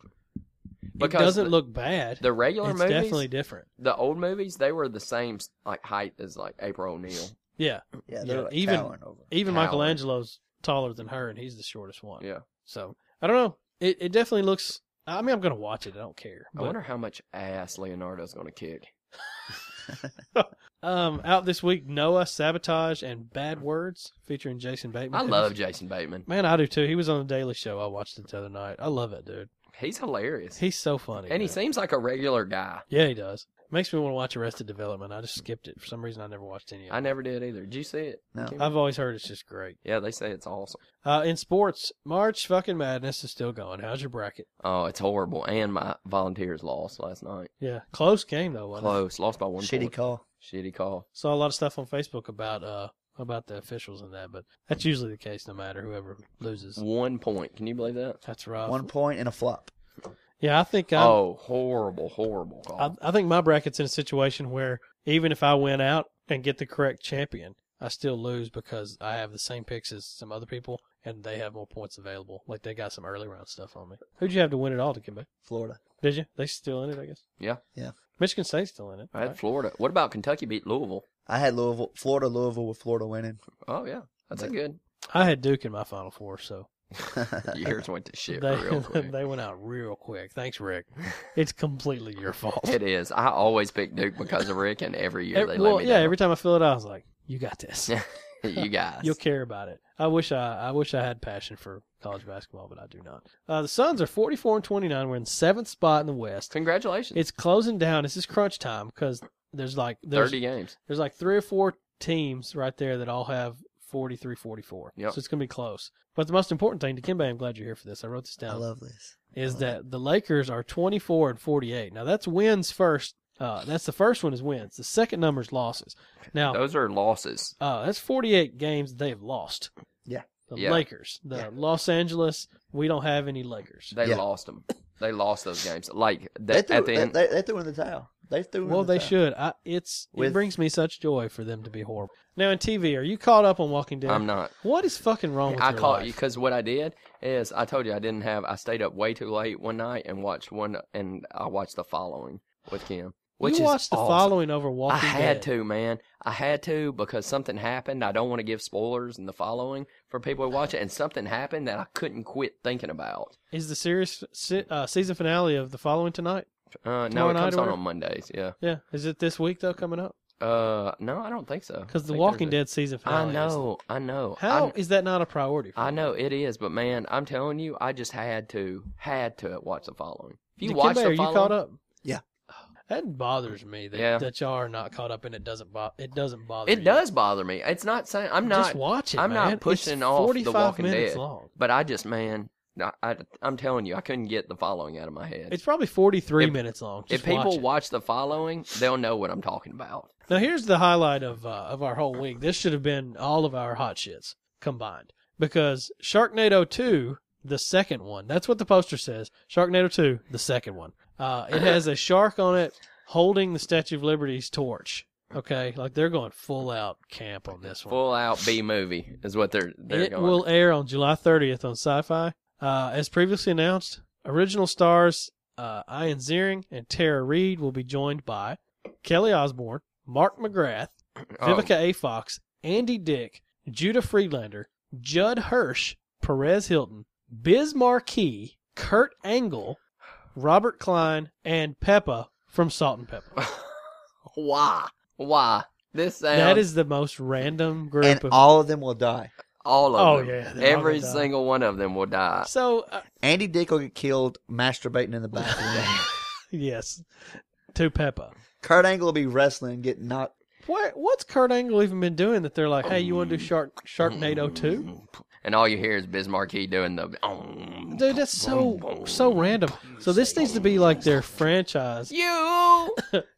S1: Because
S2: it doesn't
S1: the-
S2: look bad.
S1: The regular
S2: it's
S1: movies,
S2: definitely different.
S1: the old movies, they were the same like height as like April O'Neil.
S2: Yeah,
S3: Yeah, they're
S2: Yeah,
S3: like
S2: even-
S3: towering over.
S2: even
S1: Coward.
S2: Michelangelo's taller than her, and he's the shortest one.
S1: Yeah.
S2: So I don't know. It it definitely looks. I mean, I'm gonna watch it. I don't care.
S1: I
S2: But,
S1: wonder how much ass Leonardo's gonna kick.
S2: Um, out this week, Noah, Sabotage, and Bad Words featuring Jason Bateman.
S1: I love Jason Bateman.
S2: Man, I do too. He was on the Daily Show. I watched it the other night. I love that dude.
S1: He's hilarious.
S2: He's so funny.
S1: and he
S2: man.
S1: seems like a regular guy.
S2: Yeah, he does. Makes me want to watch Arrested Development. I just skipped it for some reason. I never watched any of it.
S1: I never did either. Did you see it?
S3: No.
S1: Cameron?
S2: I've always heard it's just great.
S1: Yeah, they say it's awesome.
S2: Uh, in sports, March fucking madness is still going. How's your bracket?
S1: Oh, it's horrible. And my volunteers lost last night.
S2: Yeah, close game though. Wasn't It?
S1: Close. Lost by one
S3: Shitty
S1: point.
S3: call.
S1: Shitty call.
S2: Saw a lot of stuff on Facebook about uh about the officials and that, but that's usually the case no matter whoever loses.
S1: One point. Can you believe that?
S2: That's
S1: Uh,
S2: rough.
S3: One point and a flop.
S2: Yeah, I think I'm,
S1: Oh, horrible, horrible call.
S2: I, I think my bracket's in a situation where even if I win out and get the correct champion, I still lose because I have the same picks as some other people and they have more points available. Like they got some early round stuff on me. Who'd you have to win it all to get back?
S3: Florida.
S2: Did you? They still in it, I guess.
S1: Yeah.
S3: Yeah.
S2: Michigan State's still in it.
S1: I had
S2: right?
S1: Florida. What about Kentucky beat Louisville?
S3: I had Louisville, Florida, Louisville with Florida winning. <laughs>
S1: Oh yeah, that's a
S3: But-
S1: good.
S2: I had Duke in my Final Four, so
S1: Yours went to shit
S2: they <laughs>
S1: real quick.
S2: they went out real quick.
S1: <laughs>
S2: Thanks, Rick. It's completely your fault.
S1: it is. I always pick Duke because of Rick, and every year
S2: Every-
S1: they
S2: well,
S1: let me
S2: yeah.
S1: down.
S2: Every time I fill it out, I was like, "You got this.
S1: <laughs> you guys.
S2: You'll care about it." I wish I I wish I had passion for college basketball, but I do not. Uh, the Suns are forty four and twenty nine. We're in seventh spot in the West.
S1: Congratulations.
S2: It's closing down. This is crunch time because there's like there's
S1: Thirty games.
S2: there's like three or four teams right there that all have 43 44
S1: Yep.
S2: so it's gonna be close but the most important thing to kimbe i'm glad you're here for this i wrote this
S3: I
S2: down
S3: love this.
S2: is
S1: Oh,
S2: that the Lakers are 24 and 48. Now that's wins first. Uh, that's the first one is wins. The second number is losses. Now
S1: Those are losses.
S2: uh, that's 48 games they've lost.
S3: Yeah.
S2: The
S1: Yeah.
S2: Lakers, the
S3: Yeah.
S2: Los Angeles. We don't have any Lakers.
S1: They
S3: Yeah.
S1: lost them. They lost those games. Like
S3: They
S1: that,
S3: threw,
S1: at the
S3: they,
S1: end.
S3: they, they threw in the towel. They threw in
S2: Well,
S3: the
S2: they
S3: towel.
S2: should. I, it's it
S3: With-
S2: brings me such joy for them to be horrible. Now in TV, are you caught up on Walking Dead?
S1: I'm not.
S2: What is fucking wrong with
S1: I
S2: your
S1: caught
S2: life?
S1: you because what I did is I told you I didn't have. I stayed up way too late one night and watched one, and I watched the following with Kim. Which
S2: you
S1: is
S2: watched the
S1: awesome.
S2: following over Walking
S1: I had
S2: Dead.
S1: to, man. I had to because something happened. I don't want to give spoilers in the following for people who watch it, and something happened that I couldn't quit thinking about.
S2: Is the series se- uh, season finale of the following tonight?
S1: Uh, no,
S2: Tomorrow
S1: it
S2: night
S1: comes
S2: or
S1: on
S2: whatever?
S1: on Mondays. Yeah.
S2: Yeah. Is it this week though coming up?
S1: Uh, no, I don't think so.
S2: Because
S1: I
S2: the
S1: think
S2: Walking
S1: there's
S2: Dead season
S1: a- I
S2: finale. is-
S1: know. I know.
S2: How
S1: I,
S2: is that not a priority? For
S1: I
S2: you?
S1: know it is, but man, I'm telling you, I just had to, had to watch the following. If you
S2: Did
S1: watch
S2: Kimbe,
S1: the
S2: are you
S1: following,
S2: caught up?
S3: Yeah.
S2: That bothers me that,
S1: Yeah.
S2: that y'all are not caught up and it doesn't bo- it doesn't bother.
S1: it
S2: you.
S1: does bother me. It's not saying I'm not,
S2: Just watch it.
S1: I'm
S2: man.
S1: not pushing
S2: it's
S1: off The
S2: 45
S1: Walking
S2: minutes
S1: Dead.
S2: Long.
S1: but I just, man, I, I, I'm telling you, I couldn't get the following out of my head.
S2: It's probably 43
S1: If-
S2: minutes long. Just
S1: if people
S2: watch
S1: watch,
S2: it.
S1: the following, they'll know what I'm talking about.
S2: Now here's the highlight of uh, of our whole week. This should have been all of our hot shits combined because Sharknado 2, the second one. That's what the poster says. Sharknado 2, the second one. Uh, it has a shark on it holding the Statue of Liberty's torch. Okay, like they're going full out camp on this one.
S1: Full out B movie is what they're they're
S2: it
S1: going.
S2: will air on July 30th on Sci-Fi. Uh, as previously announced, original stars uh, Ian Ziering and Tara Reid will be joined by Kelly Osbourne, Mark McGrath,
S3: Um,
S1: Oh,
S2: Vivica A. Fox, Andy Dick, Judah Friedlander, Judd Hirsch, Perez Hilton, Biz Marquis, Kurt Angle, Robert Klein, and Peppa from Salt and Pepper.
S1: <laughs> why? Why? This sounds
S2: That is the most random group
S3: and
S2: of.
S3: all of them will die.
S1: all of
S2: oh
S1: them.
S2: yeah, they're all
S1: Every
S2: gonna die.
S1: single one of them will die.
S2: So uh,
S3: Andy Dick will get killed masturbating in
S2: <laughs>
S3: the bathroom.
S2: yes, to Peppa.
S3: Kurt Angle will be wrestling, getting knocked.
S2: What what's Kurt Angle even been doing that they're like, hey, you want to do Shark Sharknado
S3: Mm.
S2: two?
S1: And all you hear is Biz Markie doing the. "Om."
S2: Dude, that's so so random. So this needs to be like their franchise. <laughs>
S1: You,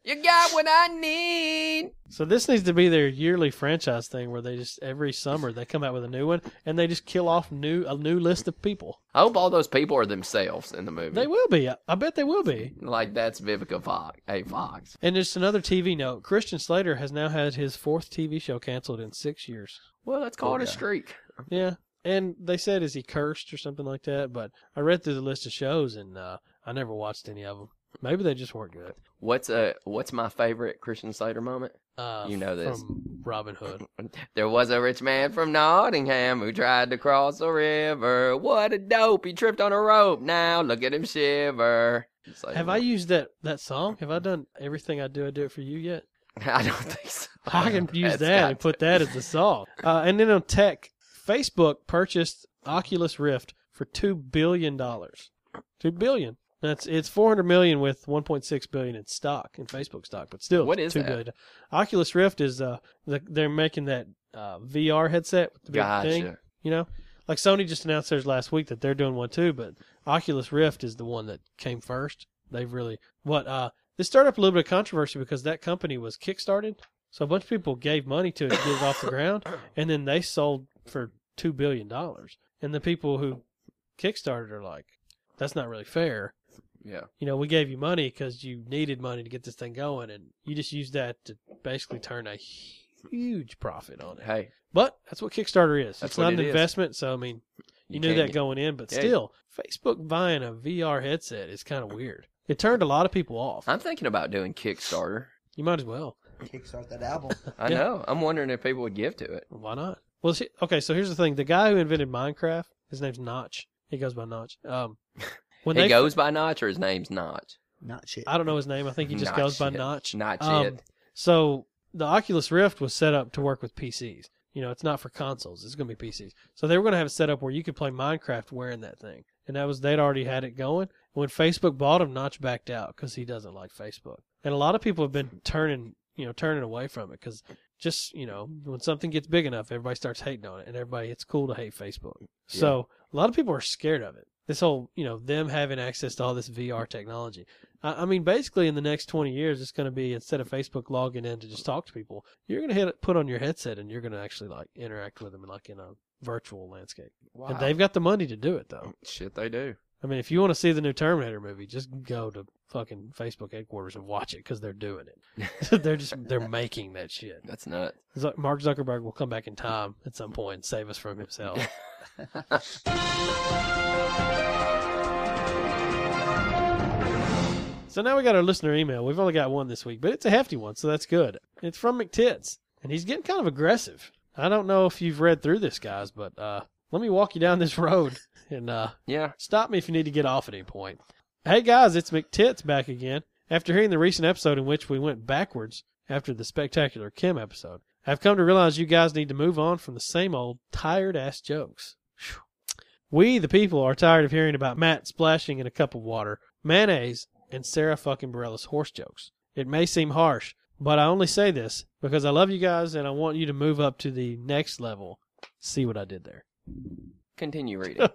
S1: you got what I need.
S2: So this needs to be their yearly franchise thing where they just every summer they come out with a new one and they just kill off new a new list of people.
S1: I hope all those people are themselves in the movie.
S2: They will be. I, I bet they will be.
S1: like that's Vivica Fox. Hey Fox.
S2: And just another TV note: Christian Slater has now had his fourth TV show canceled in six years.
S1: Well, let's call it a streak.
S2: Yeah. And they said, is he cursed or something like that? But I read through the list of shows and uh, I never watched any of them. Maybe they just weren't good.
S1: What's a what's my favorite Christian Slater moment?
S2: Uh,
S1: You know this.
S2: From Robin Hood.
S1: There was a rich man from Nottingham who tried to cross a river. What a dope! He tripped on a rope. Now look at him shiver. It's <clears throat> like-
S2: Have I used that, that song? Have I done everything I do, I do it for you
S1: <laughs>
S2: yet?
S1: <laughs> I don't think so.
S2: <laughs> I can use
S1: That's
S2: that
S1: got
S2: and put that as
S1: <laughs>
S2: the song. Uh, and then on tech, Facebook purchased Oculus Rift for two billion dollars. Two billion. That's it's four hundred million with one point six billion in stock in Facebook stock, but still
S1: What is
S2: two
S1: that?
S2: billion. Oculus Rift is uh the, they're making that uh, VR headset with the big thing.
S1: Gotcha.
S2: You know, like Sony just announced theirs last week that they're doing one too, but Oculus Rift is the one that came first. They've really what uh this started up a little bit of controversy because that company was kickstarted, so a bunch of people gave money to it to get it off the ground, and then they sold for two billion dollars. And the people who kickstarted are like, that's not really fair.
S1: Yeah.
S2: You know, we gave you money because you needed money to get this thing going, and you just used that to basically turn a huge profit on it.
S1: Hey,
S2: But that's what Kickstarter is.
S1: That's
S2: it's not
S1: what
S2: an
S1: it is.
S2: investment, so I mean, you, knew
S1: can't
S2: that
S1: get-
S2: going in, but
S1: Yeah.
S2: still, Facebook buying a VR headset is kind of weird. It turned a lot of people off.
S1: I'm thinking about doing Kickstarter.
S2: You might as well.
S3: Kickstart that album.
S1: I
S2: Yeah.
S1: know. I'm wondering if people would give to it.
S2: Why not? Well, see, okay. So here's the thing: the guy who invented Minecraft, his name's Notch. He goes by Notch.
S1: <laughs>
S2: Um, when
S1: he
S2: they,
S1: goes by Notch or his name's Notch.
S3: Not shit.
S2: I don't know his name. I think he just
S1: Notch
S2: goes by
S1: it.
S2: Notch. Um,
S1: Notch it.
S2: So the Oculus Rift was set up to work with PCs. You know, it's not for consoles. It's going to be PCs. So they were going to have it set up where you could play Minecraft wearing that thing, and that was they'd already had it going. When Facebook bought him, Notch backed out because he doesn't like Facebook, and a lot of people have been turning, you know, turning away from it because just you know, when something gets big enough, everybody starts hating on it, and everybody it's cool to hate Facebook. So a lot of people are scared of it. This whole, you know, them having access to all this VR technology. I, I mean, basically, in the next 20 years, it's going to be instead of Facebook logging in to just talk to people, you're going to hit put on your headset and you're going to actually like interact with them like in a virtual landscape.
S1: Wow.
S2: And they've got the money to do it though.
S1: Oh, Shit, they do.
S2: I mean, if you want to see the new Terminator movie, just go to fucking Facebook headquarters and watch it because they're doing it. <laughs> they're just they're making that shit.
S1: That's nuts.
S2: Zuck- Mark Zuckerberg will come back in time at some point and save us from himself. so now we got our listener email. We've only got one this week, but it's a hefty one, so that's good. It's from McTits, and he's getting kind of aggressive. I don't know if you've read through this, guys, but uh, let me walk you down this <laughs> road and uh,
S1: Yeah.
S2: Stop me if you need to get off at any point. Hey guys, it's McTits back again. After hearing the recent episode in which we went backwards after the spectacular Kim episode, I've come to realize you guys need to move on from the same old tired ass jokes. Phew. We, the people, are tired of hearing about Matt splashing in a cup of water, mayonnaise, and Sarah fucking Bareilles horse jokes. It may seem harsh, but I only say this because I love you guys and I want you to move up to the next level. See what I did there.
S1: Continue
S2: <laughs>
S1: reading.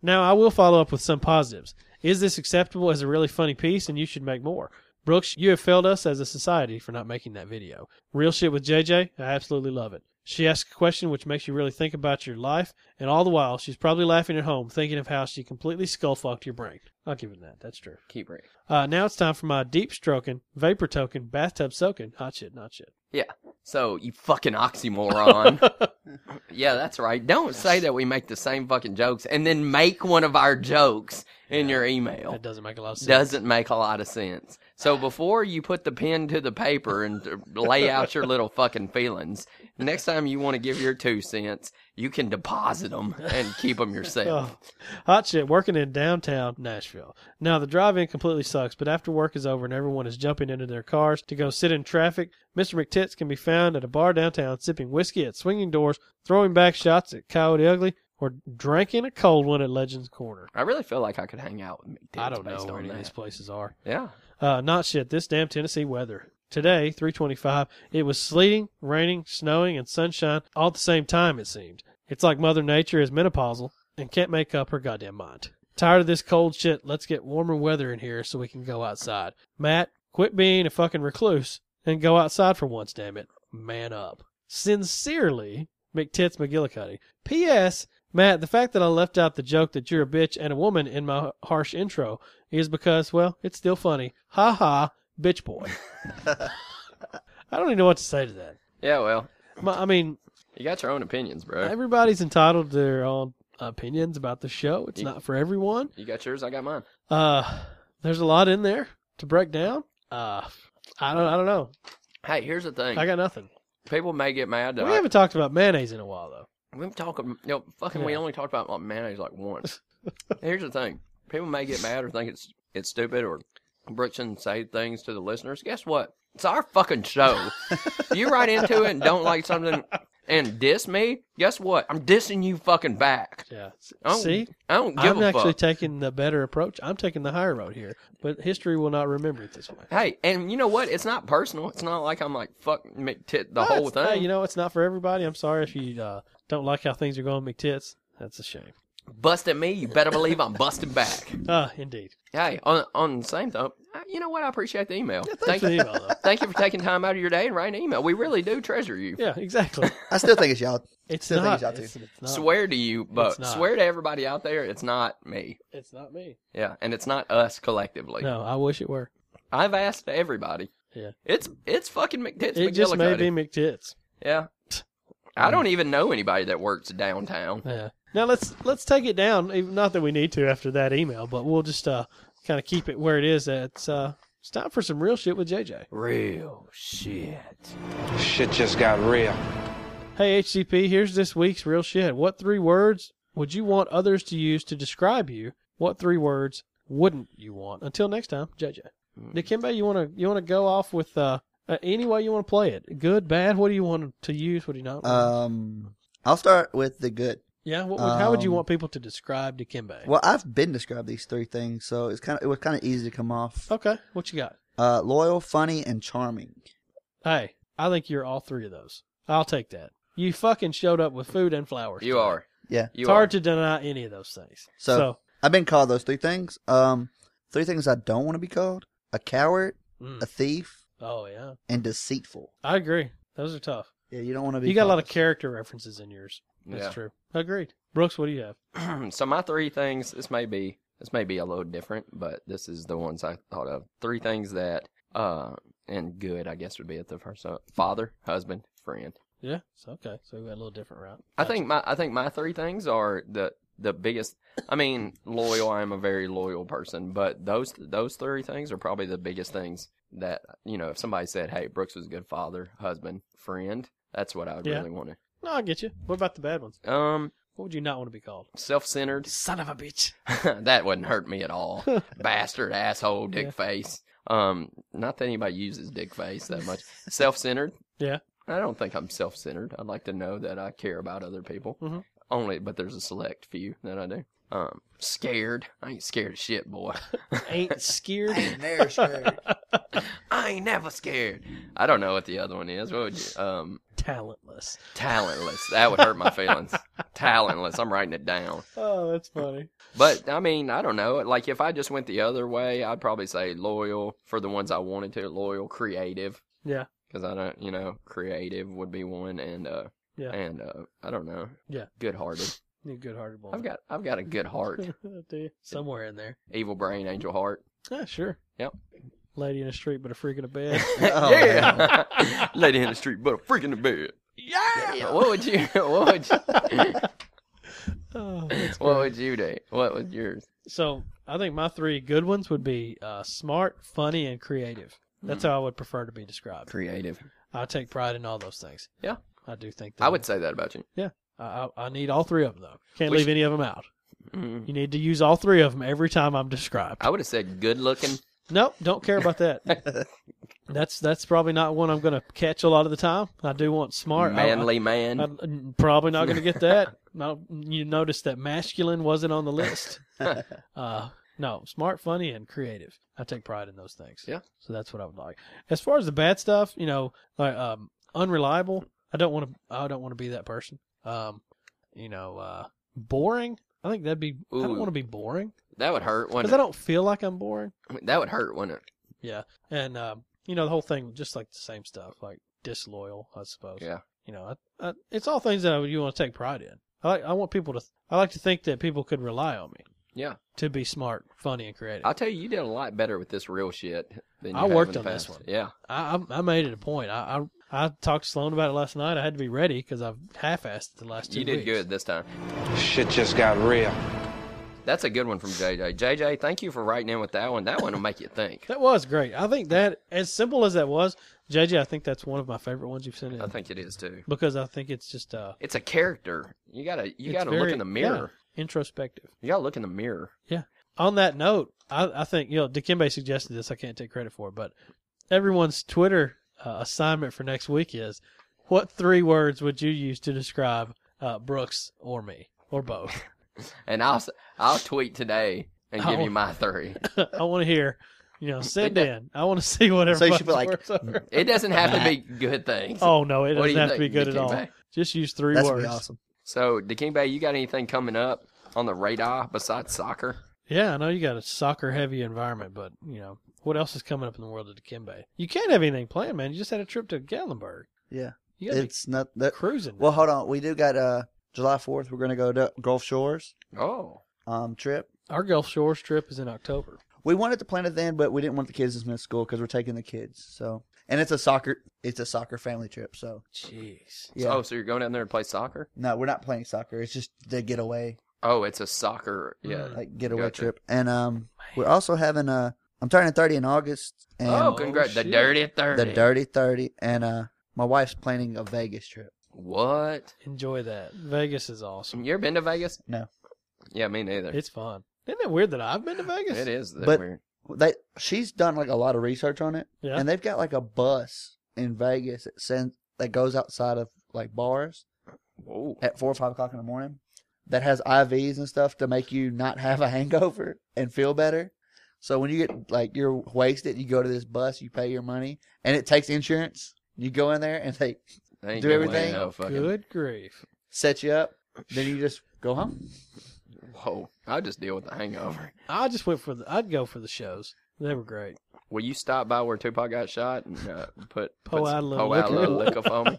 S2: Now, I will follow up with some positives. Is this acceptable as a really funny piece and you should make more? Brooks, you have failed us as a society for not making that video. Real shit with JJ, I absolutely love it. She asks a question which makes you really think about your life, and all the while, she's probably laughing at home, thinking of how she completely skull fucked your brain. I'll give it that. That's true.
S1: Keep reading.
S2: Uh, now it's time for my deep stroking, vapor token, bathtub soaking, hot shit, not shit.
S1: So you fucking
S2: <laughs>
S1: oxymoron. yeah, that's right. Don't say that we make the same fucking jokes and then make one of our jokes in your email.
S2: That doesn't make a lot of sense.
S1: Doesn't make a lot of sense. So before you put the pen to the paper and to lay out your little fucking feelings, next time you want to give your two cents, you can deposit them and keep them yourself.
S2: Oh, hot shit, working in downtown Nashville. Now, the drive in completely sucks, but after work is over and everyone is jumping into their cars to go sit in traffic, Mr. McTits can be found at a bar downtown sipping whiskey at swinging doors, throwing back shots at Coyote Ugly, or drinking a cold one at Legends Corner.
S1: I really feel like I could hang out with McDids
S2: I don't know
S1: based
S2: where
S1: on
S2: any of
S1: that.
S2: these places are.
S1: Yeah.
S2: Uh, not shit. This damn Tennessee weather. Today, 325, it was sleeting, raining, snowing, and sunshine all at the same time, it seemed. It's like Mother Nature is menopausal and can't make up her goddamn mind. Tired of this cold shit. Let's get warmer weather in here so we can go outside. Matt, quit being a fucking recluse and go outside for once, damn it. Man up. Sincerely, McTits McGillicuddy. P.S. Matt, the fact that I left out the joke that you're a bitch and a woman in my harsh intro is because, well, it's still funny. Ha ha, bitch
S1: <laughs>
S2: boy. I don't even know what to say to that.
S1: Yeah, well,
S2: My, I mean,
S1: you got your own opinions, bro.
S2: everybody's entitled to their own opinions about the show. It's not for everyone.
S1: You got yours, I got mine.
S2: Uh, there's a lot in there to break down. Uh, I don't, I don't know.
S1: Hey, here's the thing.
S2: I got nothing.
S1: People may get mad that
S2: We
S1: I-
S2: haven't talked about mayonnaise in a while though.
S1: We've talked, ab- no, fucking, we
S2: Yeah.
S1: only talked about like, mayonnaise like
S2: <laughs>
S1: once. Here's the thing: people may get mad or think it's it's stupid or Brooks shouldn't say things to the listeners. Guess what? It's our fucking
S2: <laughs>
S1: show. you write into it and don't like something and diss me. Guess what? I'm dissing you fucking back.
S2: Yeah. S-
S1: I don't,
S2: See,
S1: I don't give
S2: I'm
S1: a
S2: actually
S1: fuck.
S2: taking the better approach. I'm taking the higher road here, but history will not remember it this way.
S1: hey, and you know what? It's not personal. It's not like I'm like fuck McTit the
S2: No,
S1: whole
S2: it's- hey,
S1: thing.
S2: you know, it's not for everybody. I'm sorry if you uh, don't like how things are going, McTits. That's a shame.
S1: Bust at me, you better believe I'm busting back.
S2: Ah, indeed.
S1: Hey, on on the same though, you know what? I appreciate the email.
S2: Thanks
S1: Thank
S2: for
S1: you.
S2: the email, though.
S1: Thank you for taking time out of your day and writing an email. We really do treasure you.
S2: Yeah,
S1: <laughs>
S2: exactly.
S3: I still think
S2: <laughs>
S3: it's y'all.
S2: It's
S3: Still
S2: not.
S3: thinks y'all
S2: It's, it's not.
S1: Swear to you, but
S2: It's not.
S1: swear to everybody out there, it's not me.
S2: It's not me.
S1: Yeah, and it's not us collectively.
S2: No, I wish it were.
S1: I've asked everybody.
S2: Yeah.
S1: It's it's fucking McTits
S2: it just may be Um,
S1: McGillicuddy.
S2: McTits. <laughs>
S1: Yeah. I don't even know anybody that works downtown.
S2: Yeah. Now let's let's take it down. even- Not that we need to after that email, but we'll just uh, kind of keep it where it is. It's uh, it's time for some real shit with JJ.
S1: Real shit.
S5: Shit just got real.
S2: Hey HCP, here's this week's real shit. What three words would you want others to use to describe you? What three words wouldn't you want? Until next time, JJ.
S1: Hmm.
S2: Dikembe, you want to you want to go off with uh, uh, any way you want to play it? Good, bad. What do you want to use? What do you not? want?
S3: Um, I'll start with the good.
S2: yeah. What would, how would you
S3: um,
S2: want people to describe Dikembe?
S3: Well, I've been described these three things, so it's kind of it was kind of easy to come off.
S2: okay. What you got?
S3: Uh, loyal, funny, and charming.
S2: Hey, I think you're all three of those. I'll take that. You fucking showed up with food and flowers.
S1: You
S2: today.
S1: are.
S3: Yeah.
S1: You
S2: It's
S1: are.
S2: hard to deny any of those things.
S3: So, I've been called those three things. Um, three things I don't want to be called: a coward,
S2: Mm.
S3: a thief,
S2: oh yeah,
S3: and deceitful.
S2: I agree. Those are tough.
S3: Yeah, you don't want to be.
S2: You got a
S3: called
S2: lot of character references in yours. That's
S1: Yeah.
S2: true. Agreed. Brooks, what do you have?
S1: <clears throat> so my three things this may be this may be a little different but this is the ones i thought of three things that uh and good i guess would be at the first uh, father husband friend
S2: Yeah, it's okay. So we went a little different route.
S1: i think my i think my three things are the the biggest i mean loyal i am a very loyal person but those those three things are probably the biggest things that you know if somebody said hey brooks was a good father husband friend that's what i would
S2: Yeah.
S1: really want
S2: No, I get you. What about the bad ones?
S1: to um
S2: What would you not want to be called?
S1: self-centered
S2: <laughs> Son of a bitch.
S1: <laughs> that wouldn't hurt me at all. Bastard, asshole, dick face. Um, not that anybody uses dick face that much. Self centered.
S2: Yeah.
S1: I don't think I'm self centered. I'd like to know that I care about other people.
S2: Mhm.
S1: Only, but there's a select few that I do. Um, scared. I ain't scared of shit, boy. <laughs>
S2: Ain't scared.
S3: Ain't there, sure.
S1: I ain't never scared. I don't know what the other one is. What would you? Um,
S2: talentless.
S1: Talentless. That would hurt my feelings. Talentless. I'm writing it down.
S2: Oh, that's funny.
S1: But I mean, I don't know. Like if I just went the other way, I'd probably say loyal for the ones I wanted to. Loyal, creative,
S2: Yeah,
S1: because I don't, you know, creative would be one, and uh,
S2: Yeah.
S1: and uh, I don't know.
S2: Yeah.
S1: good hearted.
S2: you good-hearted boy.
S1: I've got, I've got a good
S2: <laughs>
S1: heart.
S2: I tell you, somewhere in there.
S1: Evil brain, angel heart.
S2: <laughs> Yeah, sure.
S1: Yep.
S2: Lady in the street, but a freak in
S1: <laughs>
S2: a bed. <laughs>
S3: <laughs> Oh,
S1: yeah, <laughs> lady in the street, but a freak in the bed. Yeah. What would you? <laughs> What would you?
S2: oh, that's
S1: what
S2: great.
S1: would you do? What was yours?
S2: So I think my three good ones would be uh, smart, funny, and creative. That's
S1: Hmm.
S2: how I would prefer to be described.
S1: Creative.
S2: I take pride in all those things.
S1: Yeah.
S2: I do think that
S1: I would say that about you.
S2: I, I I need all three of them though. Can't
S1: Which-
S2: leave any of them out.
S1: Mm.
S2: You need to use all three of them every time I'm described.
S1: I would have said good looking.
S2: Nope, don't care about that.
S1: <laughs>
S2: that's that's probably not one I'm going to catch a lot of the time. I do want smart, I- I-
S1: Manly man.
S2: I'm I'm probably not going to get
S1: <laughs>
S2: that. No, you noticed that masculine wasn't on
S1: <laughs>
S2: the list. uh, no, smart, funny, and creative. I take pride in those things.
S1: Yeah.
S2: So that's what I would like. As far as the bad stuff, you know, like um, unreliable. I don't want to. I don't want to be that person. Um, you know, uh, boring. I think that'd be. I
S1: Ooh.
S2: don't want to be boring
S1: that would hurt.
S2: because
S1: wouldn't it?
S2: I don't feel like I'm boring.
S1: That would hurt, wouldn't it?
S2: And um, you know, the whole thing, just like the same stuff, like disloyal, I suppose.
S1: Yeah.
S2: You know, I, I, it's all things that I, would- you want to take pride in. I like, I want people to. I like to think that people could rely on me.
S1: Yeah.
S2: To be smart, funny, and creative. I,
S1: I'll tell you, you did a lot better with this real shit than you
S2: I
S1: have
S2: worked
S1: in the
S2: on this
S1: past.
S2: one.
S1: Yeah,
S2: I, I made it a point. I, I I talked to Sloan about it last night. I had to be ready because I've half-assed the last two.
S1: you did
S2: weeks.
S1: good this time.
S5: Shit just got real.
S1: That's a good one from JJ. JJ, thank you for writing in with that one. That one will make you think.
S2: That was great. I think that, as simple as that was, JJ, I think that's one of my favorite ones you've sent in
S1: I think it is too.
S2: because I think it's just uh,
S1: It's a character. You gotta, you
S2: It's
S1: gotta look
S2: very-
S1: in the mirror.
S2: introspective.
S1: You gotta look in the mirror.
S2: on that note, I, I think you know Dikembe suggested this. I can't take credit for it, but everyone's Twitter uh, assignment for next week is: what three words would you use to describe uh, Brooks or me or both? <laughs>
S1: And I'll, s- I'll tweet today and give
S2: Oh.
S1: you my three.
S2: I want to hear. You know, send in. I want to see what
S3: So you
S2: everybody's
S3: should be
S2: <laughs>
S3: like,
S2: words are.
S1: It doesn't have to
S2: <laughs>
S1: be good
S3: <laughs>
S1: things.
S2: Oh no, it
S1: What do
S2: doesn't
S1: you
S2: have to be
S1: think,
S2: good at all.
S1: Dikembe?
S2: Just use <laughs> three
S3: That's
S2: words.
S3: be awesome.
S1: So, King Bay, you got anything coming up on the radar besides soccer?
S2: Yeah, I know you got a soccer heavy environment, but you know what else is coming up in the world of Dikembe? You can't have anything planned, man. You just had a trip to Gatlinburg.
S3: Yeah.
S2: you got to be
S3: It's not that.
S2: cruising.
S3: Well, hold on. We do got uh July Fourth. We're gonna go to Gulf Shores
S1: Oh,
S3: um trip.
S2: Our Gulf Shores trip is in October.
S3: We wanted to plan it then, but we didn't want the kids to miss school because we're taking the kids. So, and it's a soccer, it's a soccer family trip. So,
S2: Jeez.
S3: yeah,
S1: oh, so you're going down there to play soccer?
S3: no, we're not playing soccer. It's just the getaway,
S1: Oh, it's a soccer. Yeah.
S2: Mm.
S3: like getaway
S1: Gotcha.
S3: trip. And um, we're also having a. I'm turning thirty in August, and
S1: Oh, congrats! The
S2: shit.
S1: dirty thirty.
S3: the dirty thirty, and uh, my wife's planning a Vegas trip.
S1: What?
S2: Enjoy that. Vegas is awesome.
S1: You ever been to Vegas?
S3: No.
S1: Yeah, me neither.
S2: It's fun. Isn't it weird that I've been to Vegas?
S1: It is that
S3: But-
S1: weird.
S3: They she's done like a lot of research on it,
S2: Yeah.
S3: and they've got like a bus in Vegas that sends that goes outside of like bars.
S1: Whoa.
S3: at four or five o'clock in the morning that has IVs and stuff to make you not have a <laughs> hangover and feel better. So when you get like you're wasted, you go to this bus, you pay your money, and it takes insurance. You go in there and they
S1: They ain't
S3: Do
S1: no way,
S3: everything
S1: No fucking.
S2: Good grief.
S3: set you up. Then you just
S1: <laughs>
S3: go home.
S1: Whoa. I'll just deal with the hangover.
S2: I just went for the. I'd go for the shows. They were great.
S1: Will you stop by where Tupac got shot and uh, put
S2: Pour
S1: put
S2: out a
S1: some-
S2: little
S1: pour out a
S2: liquor.
S1: little liquor for me?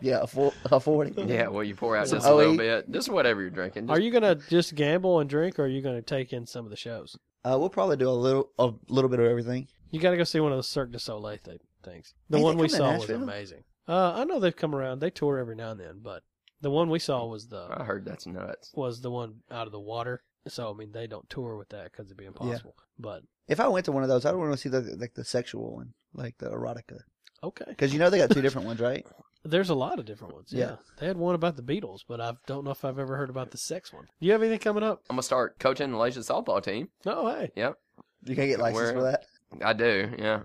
S3: Yeah, a, full, a forty.
S1: Yeah. Will you pour out just a
S3: Oh,
S1: little
S3: he-
S1: bit? Just whatever you're drinking. Just,
S2: Are you gonna just gamble and drink, or are you gonna take in some of the shows?
S3: Uh, we'll probably do a little a little bit of everything.
S2: You gotta go see one of those Cirque du Soleil th- things. The
S3: Ain't
S2: one
S3: they
S2: we
S3: coming to
S2: saw was
S3: Nashville?
S2: amazing. Uh, I know they've come around. They tour every now and then, but the one we saw was the
S1: I heard that's nuts.
S2: was the one out of the water. So I mean, they don't tour with that because it'd be impossible. But
S3: If I went to one of those, I'd want to see the like the sexual one, like the erotica,
S2: okay.
S3: because you know they got two different ones, right?
S2: There's a lot of different ones. Yeah.
S3: Yeah.
S2: They had one about the Beatles, but I don't know if I've ever heard about the sex one. Do you have anything coming up?
S1: I'm gonna start coaching the Malaysia softball team.
S2: No, hey.
S3: You can get licensed
S1: Where-
S3: for that.
S1: I do. Yeah.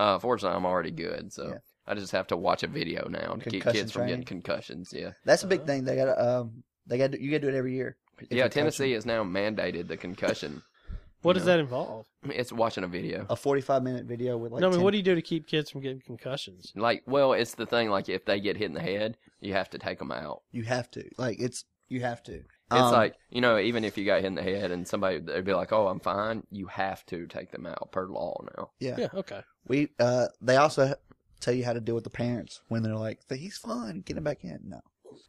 S1: Uh, fortunately, I'm already good, so
S3: Yeah.
S1: I just have to watch a video now to keep
S3: Concussion
S1: kids from getting
S3: training.
S1: concussions. Yeah.
S3: That's a big
S2: Uh-huh.
S3: thing. They got um, they got you got to do it every year. If
S1: yeah,
S3: you're coaching.
S1: Tennessee has now mandated the concussion <laughs>
S2: What
S1: you
S2: does
S1: know.
S2: that involve?
S1: It's watching a video.
S3: A 45 minute video with like.
S2: no, I mean,
S3: 10
S2: what do you do to keep kids from getting concussions?
S1: Like, well, it's the thing. Like, if they get hit in the head, you have to take them out.
S3: you have to. Like, it's. You have to. Um, It's
S1: It's like you know, even if you got hit in the head and somebody they'd be like, "Oh, I'm fine," you have to take them out per law now.
S3: Yeah.
S2: Yeah, okay.
S3: We. Uh, they also tell you how to deal with the parents when they're like, he's fine, get him back in. No.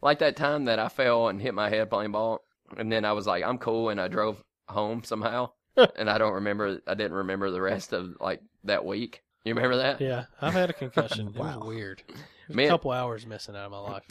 S1: Like that time that I fell and hit my head playing ball, and then I was like, "I'm cool," and I drove home somehow, and I don't remember. I didn't remember the rest of like that week. You remember that?
S2: Yeah, I've had a concussion. It
S3: <laughs> Wow.
S2: was weird. It was
S1: Man.
S2: a couple hours missing out of my life.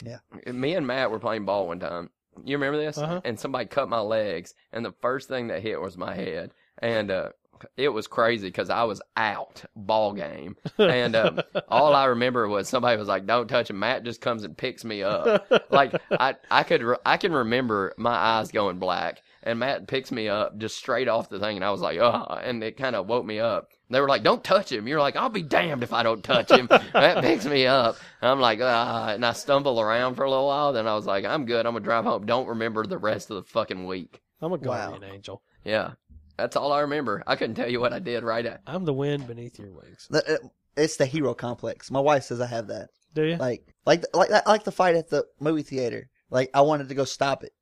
S1: me and Matt were playing ball one time. You remember this?
S2: Uh-huh.
S1: And somebody cut my legs, and the first thing that hit was my head, and uh, it was crazy because I was out ball game, and um, all I remember was somebody was like, "Don't touch him." Matt just comes and picks me up. like I, I could, re- I can remember my eyes going black, and Matt picks me up just straight off the thing, and I was like, "Oh," and it kind of woke me up. They were like, "Don't touch him." You're like, "I'll be damned if I don't touch him." that picks me up. I'm like, ah, and I stumble around for a little while. Then I was like, "I'm good. I'm gonna drive home." Don't remember the rest of the fucking week.
S2: I'm a guardian angel.
S1: Yeah, that's all I remember. I couldn't tell you what I did right at.
S2: I'm the wind beneath your wings.
S3: The- it- It's the hero complex. My wife says I have that.
S2: Do you?
S3: Like, like, like, that- like the fight at the movie theater. Like, I wanted to go stop it,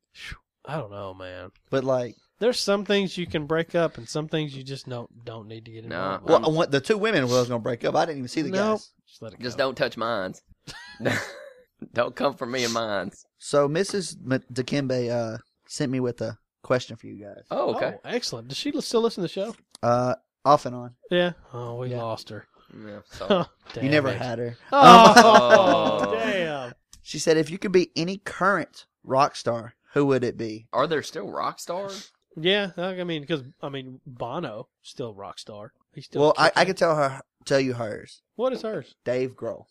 S2: I don't know, man.
S3: but like,
S2: There's some things you can break up, and some things you just don't don't need to get
S1: Nah.
S2: involved.
S3: well, I want- the two women was gonna break up. I didn't even see the
S2: Nope.
S3: guys.
S2: Just let it
S1: Just
S2: go.
S1: don't touch mines. <laughs> don't come for me and mines.
S3: So Mrs. M- Dikembe uh, sent me with a question for you guys,
S1: Oh, okay.
S2: Oh, excellent. Does she li- still listen to the show?
S3: uh, off and on.
S2: Yeah. Oh, we
S3: Yeah.
S2: lost her.
S1: Yeah, sorry.
S3: you
S2: Damn
S3: never
S2: it.
S3: had her.
S2: Oh,
S1: Oh.
S2: <laughs> damn.
S3: She said, if you could be any current rock star, who would it be?
S1: Are there still rock stars?
S2: Yeah, I mean, because I mean, Bono still rock star. He's still
S3: well, I, I
S2: kicking.
S3: could tell her, tell you hers.
S2: What is hers?
S3: Dave Grohl.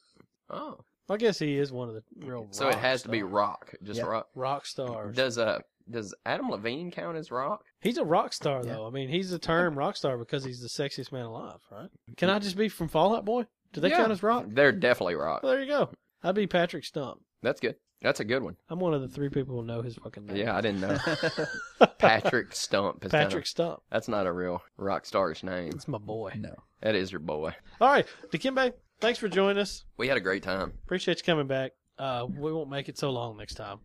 S1: Oh,
S2: I guess he is one of the real.
S1: so it
S2: rock
S1: has to be
S2: star-
S1: rock. Just
S3: Yeah.
S1: rock.
S2: rock stars.
S1: Does uh does Adam Levine count as rock?
S2: He's a rock star
S3: Yeah.
S2: though. I mean, he's the term rock star because he's the sexiest man alive, right? Can I just be from Fallout Boy? Do they
S1: Yeah.
S2: count as rock?
S1: They're definitely rock.
S2: Well, there you go. I'd be Patrick Stump.
S1: That's good. That's a good one.
S2: I'm one of the three people who know his fucking name.
S1: Yeah, I didn't know.
S2: <laughs>
S1: Patrick Stump. Is Patrick.
S2: Patrick Stump.
S1: that's not a real rock starish name.
S2: That's my boy.
S3: No.
S1: That is your boy.
S2: All right, Dikembe, thanks for joining us.
S1: We had a great time.
S2: Appreciate you coming back. Uh, we won't make it so long next time.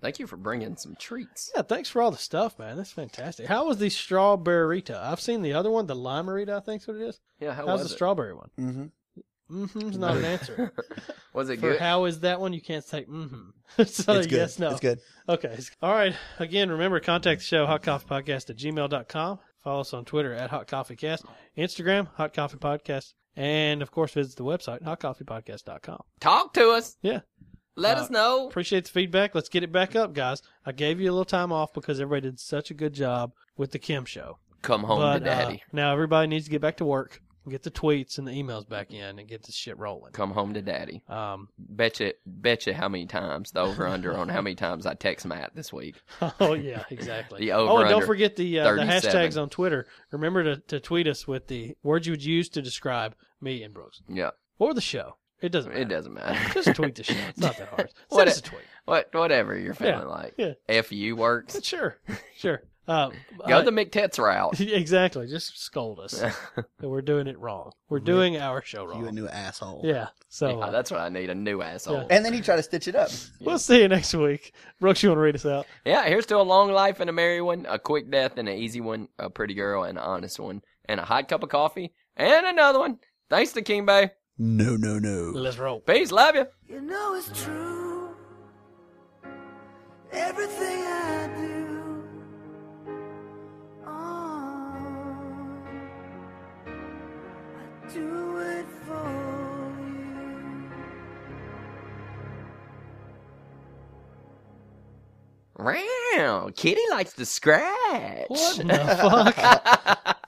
S1: Thank you for bringing some treats.
S2: Yeah, thanks for all the stuff, man. That's fantastic. How was the strawberryta? I've seen the other one, the limerita, I think's what it is.
S1: Yeah, how
S2: How's
S1: was
S2: the
S1: it?
S2: strawberry one?
S3: Mm-hmm.
S2: Mm-hmm is not an answer.
S1: was it <laughs>
S2: For
S1: good?
S2: how is that one? You can't say mm-hmm. <laughs> it's not
S3: it's
S2: a
S3: good.
S2: yes, no.
S3: It's good.
S2: Okay. All right. Again, remember, contact the show, hotcoffeepodcast at gmail.com. Follow us on Twitter at Hot Coffee Cast, Instagram, Hot Coffee Podcast, and, of course, visit the website, hotcoffeepodcast.com.
S1: Talk to us.
S2: Yeah.
S1: Let
S2: Uh,
S1: us know.
S2: Appreciate the feedback. Let's get it back up, guys. I gave you a little time off because everybody did such a good job with the Kim show.
S1: Come home
S2: but
S1: to
S2: uh,
S1: daddy.
S2: now everybody needs to get back to work, get the tweets and the emails back in, and get this shit rolling.
S1: Come home to daddy.
S2: Um, <laughs>
S1: Bet you, bet you how many times the over under on how many times I text Matt this week.
S2: oh yeah,
S1: <laughs>
S2: exactly.
S1: The
S2: oh, and don't
S1: over-under,
S2: forget the uh, the
S1: 37.
S2: hashtags on Twitter. Remember to, to tweet us with the words you would use to describe me and Brooks
S1: Yeah,
S2: or the show. It doesn't. Matter.
S1: it doesn't matter. <laughs>
S2: Just tweet the show. It's not that hard.
S1: What
S2: Send us
S1: it-
S2: a tweet.
S1: What, whatever you're feeling
S2: Yeah,
S1: like.
S2: yeah.
S1: If you works, <laughs>
S2: Sure, sure. Um,
S1: go
S2: I-
S1: the McTets
S2: <laughs>
S1: route. <laughs>
S2: exactly. Just scold us. that We're doing it wrong. We're doing our show
S3: You a
S2: wrong.
S3: new asshole.
S2: Yeah. So
S1: Yeah,
S2: uh,
S1: that's what I need a new asshole. Yeah.
S3: And then you try to stitch it up.
S2: we'll see you next week. Brooks, you want to read us out?
S1: here's to a long life and a merry one, a quick death and an easy one, a pretty girl and an honest one, and a hot cup of coffee and another one. Thanks to King Bay.
S3: No, no, no.
S2: Let's roll.
S1: Peace, love you.
S4: You know it's true. Everything I do. Oh, I do it for you.
S1: Wow, Kitty likes to scratch.
S2: What in the fuck?